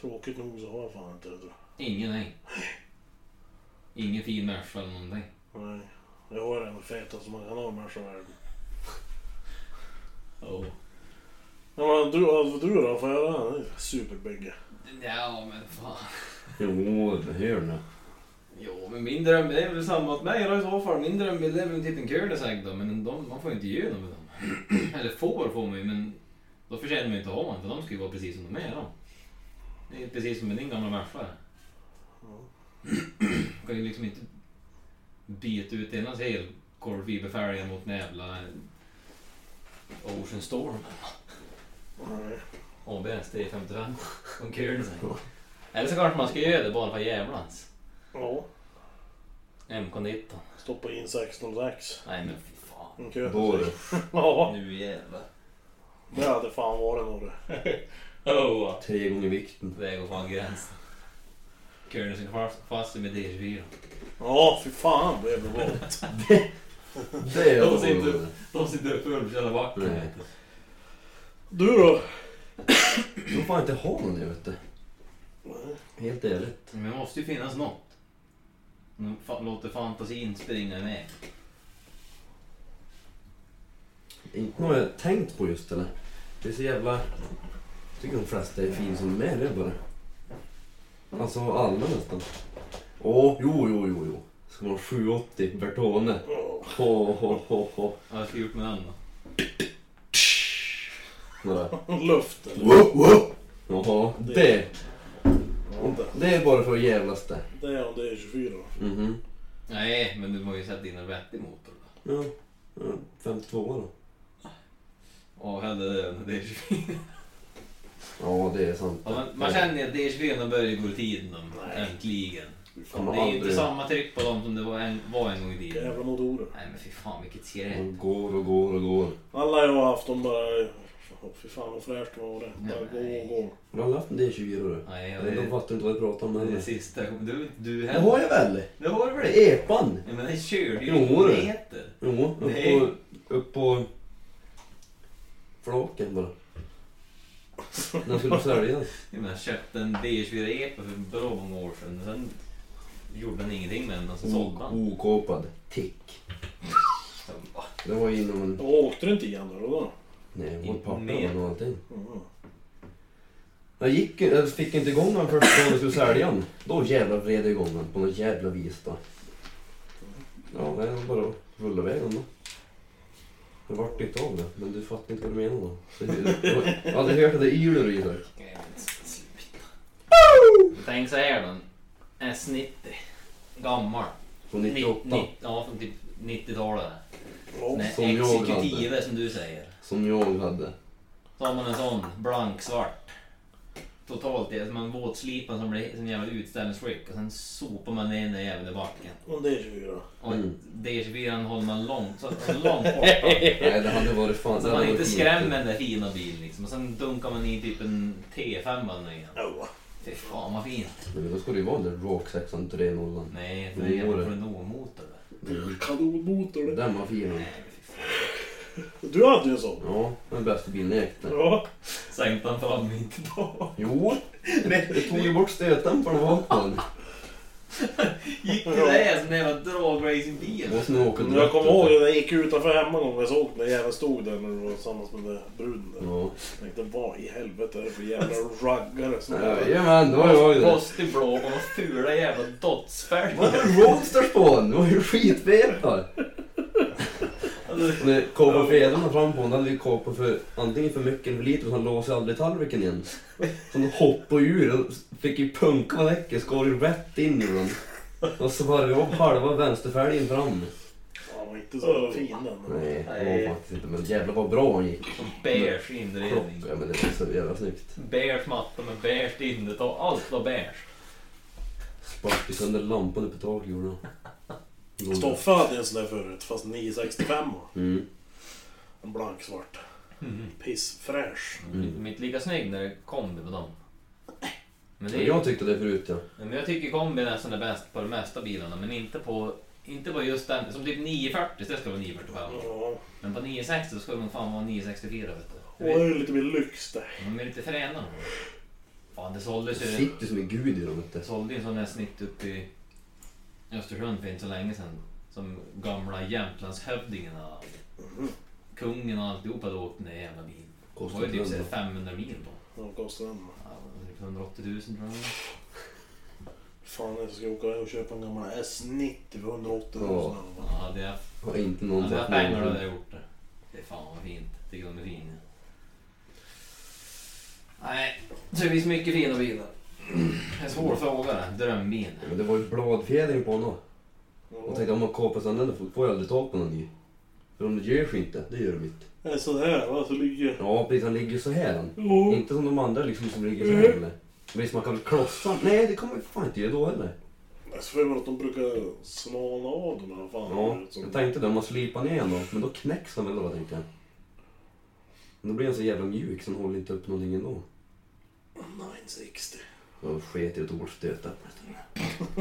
S1: Tråkigt nog så har jag fan inte det tror
S2: Ingen nej. Ingen fin Merca eller någonting.
S1: jag. Nej. Jag har den fetaste man kan ha i människovärlden.
S2: Oh.
S1: Ja, men du, alltså, du då? Får jag göra det? Superbygge.
S2: Ja men fan.
S3: Jo, hör nu.
S2: Jo, men min dröm det är väl samma åt mig då i så fall. Min drömbild är väl typ en curlysag då, men de, man får ju inte ge dem. dem. Eller får får man ju, men då förtjänar man ju inte att ha en för de ska ju vara precis som de är då. Det är ju precis som med din gamla Merca. Du kan ju liksom inte byta ut ena helkorvfiberfärgen mot en jävla Ocean Storm.
S1: Nej.
S2: ABS, det är 55. Som curlysag. Eller så kanske man ska göra det bara för jävlans.
S1: Ja.
S2: MK19.
S1: Stoppa in 1606.
S2: Nej men fy fan.
S1: En kö.
S3: Då är det.
S1: Ja,
S2: Nu jävlar.
S1: det hade fan varit nog det.
S2: Oh.
S3: Tre gånger vikten.
S2: Det går fan gränsen. Körde sig fast- fast med D24.
S1: Ja, fy fan blev det våld.
S3: Det är
S2: De
S3: då
S2: ser inte-
S3: det.
S2: De sitter fullt jävla
S3: Nej.
S1: Du då?
S3: De får inte ha någon, jag vet du. Helt ärligt.
S2: Men det måste ju finnas något. De fa- låter fantasin springa iväg.
S3: Inte något jag tänkt på just eller? Det är så jävla... Jag tycker de flesta är fin som de är det bara. Alltså alla nästan. Åh, jo, jo, jo, jo. Ska man ha 780 Bertone?
S1: Ja.
S3: Ho, ho, ho, ho.
S2: Vad ska jag gjort med den då?
S3: Några.
S1: Luft eller?
S3: Wow, wow. Jaha, det.
S1: Ja, det-
S3: Det är bara för att jävlas det.
S1: Det är om det är 24 då.
S3: Mhm.
S2: Nej, men du har ju sett din vettig motor. då.
S3: Ja. ja, 52 då.
S2: Ja, hellre det än D24.
S3: Ja, det är sant.
S2: Ja, men man känner ju att D24 börjar ju gå ur tiden då,
S1: Nej.
S2: äntligen.
S1: Fy fan,
S3: Kommer
S2: Det är ju inte
S3: aldrig...
S2: samma tryck på dem som det var en, var en gång i
S1: vilka
S2: tiden.
S1: jävla motorer.
S2: Nej men fy fan vilket skräp.
S3: Man går och går och går.
S1: Alla jag har haft de bara... Åh, Fy fan vad fräscht det var det. Bara gå och gå.
S3: Har du aldrig haft en D20 då?
S2: Nej, ja,
S3: Men De
S2: det,
S3: fattar inte vad jag pratar om
S2: det är det
S3: heller.
S2: sista. Du, du
S3: Det har jag väl?
S2: Det var det väl?
S3: Det är epan.
S2: Ja, men det körde ju
S3: Jo, du.
S2: meter.
S3: Jo, upp
S2: Nej.
S3: på, upp på flaken bara. Den skulle säljas.
S2: Jag menar, köpte en D24 Epa för bra många år sedan. Sen gjorde han ingenting med den och så sålde han.
S3: O- Okåpad. Tick.
S2: Så, va?
S3: Det var inom en...
S1: Då Mm. åkte du inte igen då? då?
S3: Nej, vår pappa
S2: Mer.
S3: var någonting.
S1: Mm.
S3: Jag, gick, jag fick inte igång den första gången jag skulle sälja den. Då jävlar vred jag igång den på något jävla vis då. Ja, det är bara att rulla iväg den då. Det vart inte av det, men du fattar inte vad du menar då. Så det- Jag har aldrig hört att det ylar i det.
S2: Nej, men sluta. Tänk så här då. En S90. Gammal.
S3: På
S2: Nitt-
S3: 98.
S2: nitt- Ja, från typ 90-talet.
S1: Ja.
S2: Nej,
S3: som jag hade.
S2: Exekutive som du säger.
S3: Som jag hade.
S2: Så har man en sån blanksvart. Totalt det är som en våtslipad som blir som jävla utställningsskick och sen sopar man ner den där jäveln i backen.
S1: Och det är 24.
S2: Och
S3: Mm.
S2: D24 håller man långt, så så långt borta.
S3: Nej, det hade varit fan... det hade
S2: Så Alltså, man
S3: varit
S2: inte
S3: fint.
S2: skrämmer den där fina bilen liksom. Och sen dunkar man i typ en T5 igen.
S1: Ja.
S2: Fy fan vad fint.
S3: Nej, Men då ska det ju vara den där Rock 6an 3.0.
S2: Nej, för
S3: Jo,
S2: det är en jävla
S3: det.
S2: Renault-motor.
S1: Kanonmotor det.
S3: Den var fin.
S1: Du hade ju en sån.
S3: Ja, den bästa bilen jag ägt.
S1: Ja.
S2: Sänkte han fram inte då.
S3: Jo, jag tog ju bort stötdämparen på vapen.
S2: Gick det där som en jävla dragracingbil?
S3: Måste nog åka
S1: Men
S3: direkt
S1: jag kommer
S3: ut.
S1: ihåg när jag gick utanför hemma någon gång. Jag såg den där jäveln stod där när du var tillsammans med den där bruden där.
S3: Ja.
S1: Jag tänkte vad i helvete är det för jävla raggare som...
S3: Jajamän, det var jag ju det.
S2: Rostig blå och några fula jävla
S3: Vad
S2: dotsfälgar.
S3: är Roadsters på den? Det var ju skitfeta! Och När kapa fjädrarna fram på den hade vi kapat för antingen för mycket eller för lite och sen låste jag aldrig tallriken igen. Så den hoppade ur och fick ju punka på däcket, skar ju rätt in i den. Och så var det upp halva vänsterfälgen fram.
S1: Han var inte så fin den.
S3: Nej, det var faktiskt inte. Men jävlar vad bra han gick.
S2: Beige
S3: Klopp.
S2: inredning.
S3: Ja men det var så jävla snyggt.
S2: Beige matta med beige innetag. Allt var beige.
S3: Sparkade sönder lampan uppe i taket gjorde han.
S1: Stoffe hade ju en sån där förut, fast 965
S3: Mm.
S1: En blanksvart. Pissfräsch.
S3: Mm.
S2: Mitt lika snygg när det är kombi på dem. Men, det
S3: Men
S2: är,
S3: jag tyckte det förut ja.
S2: men jag tycker kombi nästan är bäst på de mesta bilarna. Men inte på, inte på just den. Som typ 940, det ska vara 945.
S1: Ja.
S2: Men på 960 så ska de fan vara 964 vet du.
S1: Och det är ju lite mer lyx det.
S2: De är lite fräna. de. Fan det
S3: Det
S2: såldes ju.
S3: sitter som en gud i dem vet du.
S2: Jag sålde ju en sån där snitt uppe i Östersund för inte så länge sedan. Som gamla Jämtlandshövdingen och allt. Kungen och alltihopa hade åkt den där jävla bilen. Det var ju typ
S3: inte
S2: så här
S3: hundra.
S2: 500 mil på.
S1: Vad kostar den?
S2: Ja, det var typ 180 000 tror jag.
S1: Fan jag ska åka och köpa en gammal S90 för 180 000.
S3: Ja.
S2: Ja, hade jag
S3: Har inte någon
S2: hade jag haft
S3: sett
S2: pengar
S3: någon.
S2: hade jag gjort det. Det är fan vad fint. Tycker de är fina. Nej, det finns mycket fina bilar. En svår fråga det. Drömbil.
S3: Ja, Men det var ju bladfjädring på honom. Jag
S1: Ja.
S3: tänkte om man kapar sönder den får- får jag aldrig tag på någon ny. För de gör sig inte, det gör de inte.
S1: Det är sådär va, så ligger...
S3: Ja precis, han ligger så här han.
S1: Jo.
S3: Inte som de andra liksom som ligger så här eller. Visst man kan klossa Nej det kommer vi fan inte göra då heller.
S1: Jag får för mig att de brukar smalna av dem eller fan.
S3: Ja,
S1: det är som-
S3: jag tänkte det om man slipar ner den då. Men då knäcks den eller vad tänkte jag. Men då blir den så jävla mjuk så den håller inte upp någonting ändå.
S1: 960.
S3: Jag sket i ett ordsstöt där.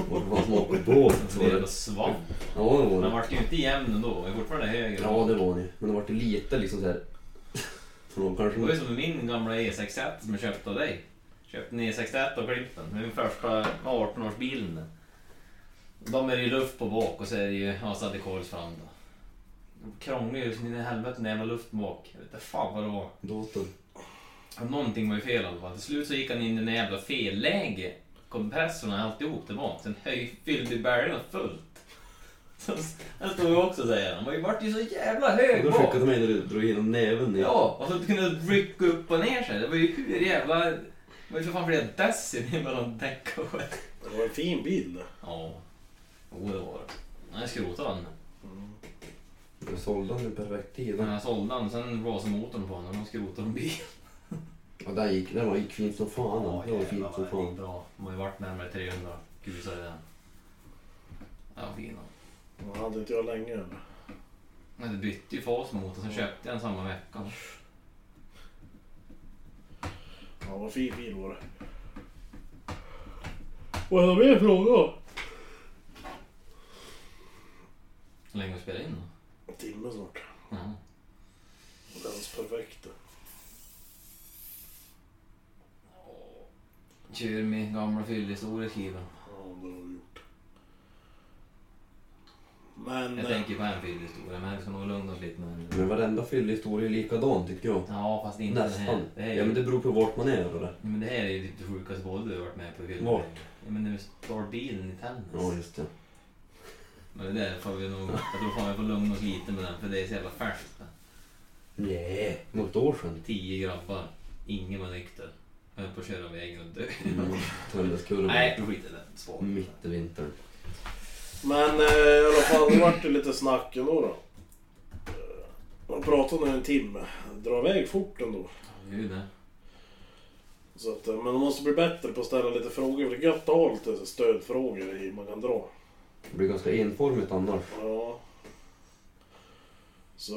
S3: Och det var som att åka båt.
S2: Så
S3: var
S2: det
S3: det.
S2: var svamp.
S3: Ja det var
S2: Den
S3: det.
S2: vart ju inte jämn ändå. Den är fortfarande högre.
S3: Ja det var det Men det vart lite liksom såhär. Så då
S2: Det var ju
S3: kanske...
S2: som min gamla E61 som jag köpte av dig. Köpte en E61 av Klippen. Det är min första 18-årsbilen. De är det ju luft på bak och så är det ju ja, sadikols fram då. Krånglig ju så in i helvete den jävla luft bak. Jag vet inte fan vad det var.
S3: Dator.
S2: Någonting var ju fel i alla fall. Till slut så gick han in i den jävla felläge. Kompressorn och alltihop det var. Sen höj, fyllde ju bergarna fullt. Så- Den stod ju också säger han. Man vart ju så jävla
S3: Och
S2: hög
S3: då
S2: bak.
S3: skickade de mig när du drog igenom näven ner.
S2: Ja, och så kunde det rycka upp och ner sig. Det var ju hur jävla... Det var ju för fan flera decin mellan däck och skit.
S1: Det var en fin bil det.
S2: Ja. Jo, det var det. Nej, Jag skrotade den.
S1: Mm.
S3: Jag sålde den i perfekt tid.
S2: Men jag sålde den, sen rasade motorn på den och de skrotade den bilen.
S3: Ja, den gick, den var, gick fint som fan. den. det var fint som
S2: det gick
S3: fan.
S2: bra. De har ju varit närmare 300 kusar i den. Den var fin.
S1: Den hade inte jag länge eller?
S2: Men det bytte ju fas mot och sen köpte jag den samma vecka.
S1: Ja, vad fin bil var det. Vad är det mer frågor?
S2: Hur länge vi spelade in då?
S1: En timme snart.
S2: Ja.
S1: Det är alldeles perfekt det.
S2: Kör med gamla fyllehistorier skriver
S1: Ja, det har vi gjort. Men...
S2: Jag
S1: eh,
S2: tänker på en filmhistoria, men vi ska nog lugna oss lite med
S3: Men varenda fyllehistoria är likadan tycker jag.
S2: Ja, fast inte den
S3: Nästan.
S2: här. Det här, är ju-
S3: Ja men det beror på vart man är och det.
S2: Ja, men det här är ju typ det sjukaste både du har varit med på i filmen.
S3: Vart?
S2: Ja, men när vi står bilen i tennis.
S3: Ja just det.
S2: Men det där får vi nog... Jag tror fan vi får lugna oss lite med den, för det är så jävla färskt.
S3: Nej, något år sedan.
S2: Tio grabbar, ingen var nykter. Höll på att köra vägen och dö.
S3: Mm. Tölleskurren.
S2: Nej, skit i det. Svårt.
S3: Mitt i vintern.
S1: Men eh, i alla fall, det vart ju lite snack ändå då. Eh, Man pratade nu en timme. Dra iväg fort ändå.
S2: Gud, nej.
S1: Så att, eh, men man måste bli bättre på att ställa lite frågor. För det är gött att ha lite stödfrågor i man kan dra.
S3: Det blir ganska enformigt annars.
S1: Ja. Så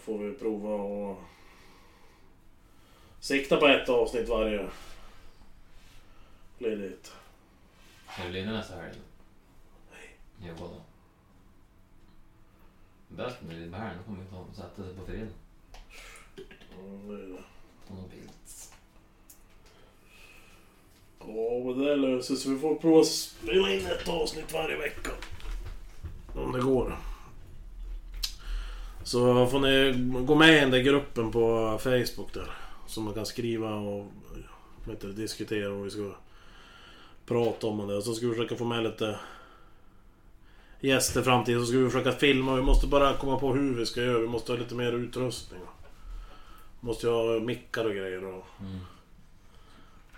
S1: får vi prova och sikta på ett avsnitt varje ledigt.
S2: Är du ledig nästa helg? Nej. Jobbar då? Bäst med lite på helgen, då kommer vi ta och sätta sig på fredag.
S1: Mm, det är det.
S2: Ta någon bild.
S1: Ja, men det löser sig. Vi får prova att spela in ett avsnitt varje vecka. Om det går. Så får ni gå med i den där gruppen på Facebook där. Som man kan skriva och vad heter det, diskutera och vi ska prata om det. Och så ska vi försöka få med lite gäster i framtiden. Så ska vi försöka filma. Vi måste bara komma på hur vi ska göra. Vi måste ha lite mer utrustning. Måste ju ha mickar och grejer. Och...
S2: Mm.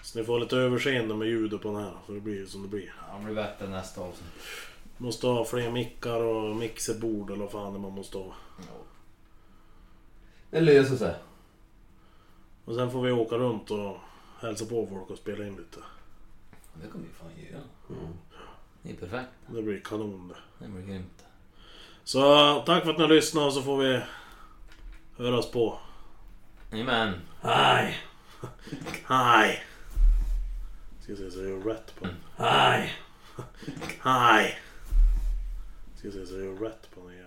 S1: Så ni får ha lite överseende med ljudet på den här, för det blir ju som det blir.
S2: Ja, det blir bättre nästa avsnitt.
S1: Måste ha fler mickar och mixerbord eller vad fan det man måste ha.
S3: Det löser sig.
S1: Och sen får vi åka runt och hälsa på folk och spela in lite.
S2: Det kommer vi fan göra.
S3: Mm.
S2: Det är perfekt.
S1: Det blir kanon det.
S2: Det blir grymt.
S1: Så tack för att ni har lyssnat och så får vi höras på.
S2: Jajamän.
S3: Hej!
S1: Hej! Ska se så jag gör rätt på den.
S3: Hej!
S1: Hej! Ska se så jag gör rätt på den.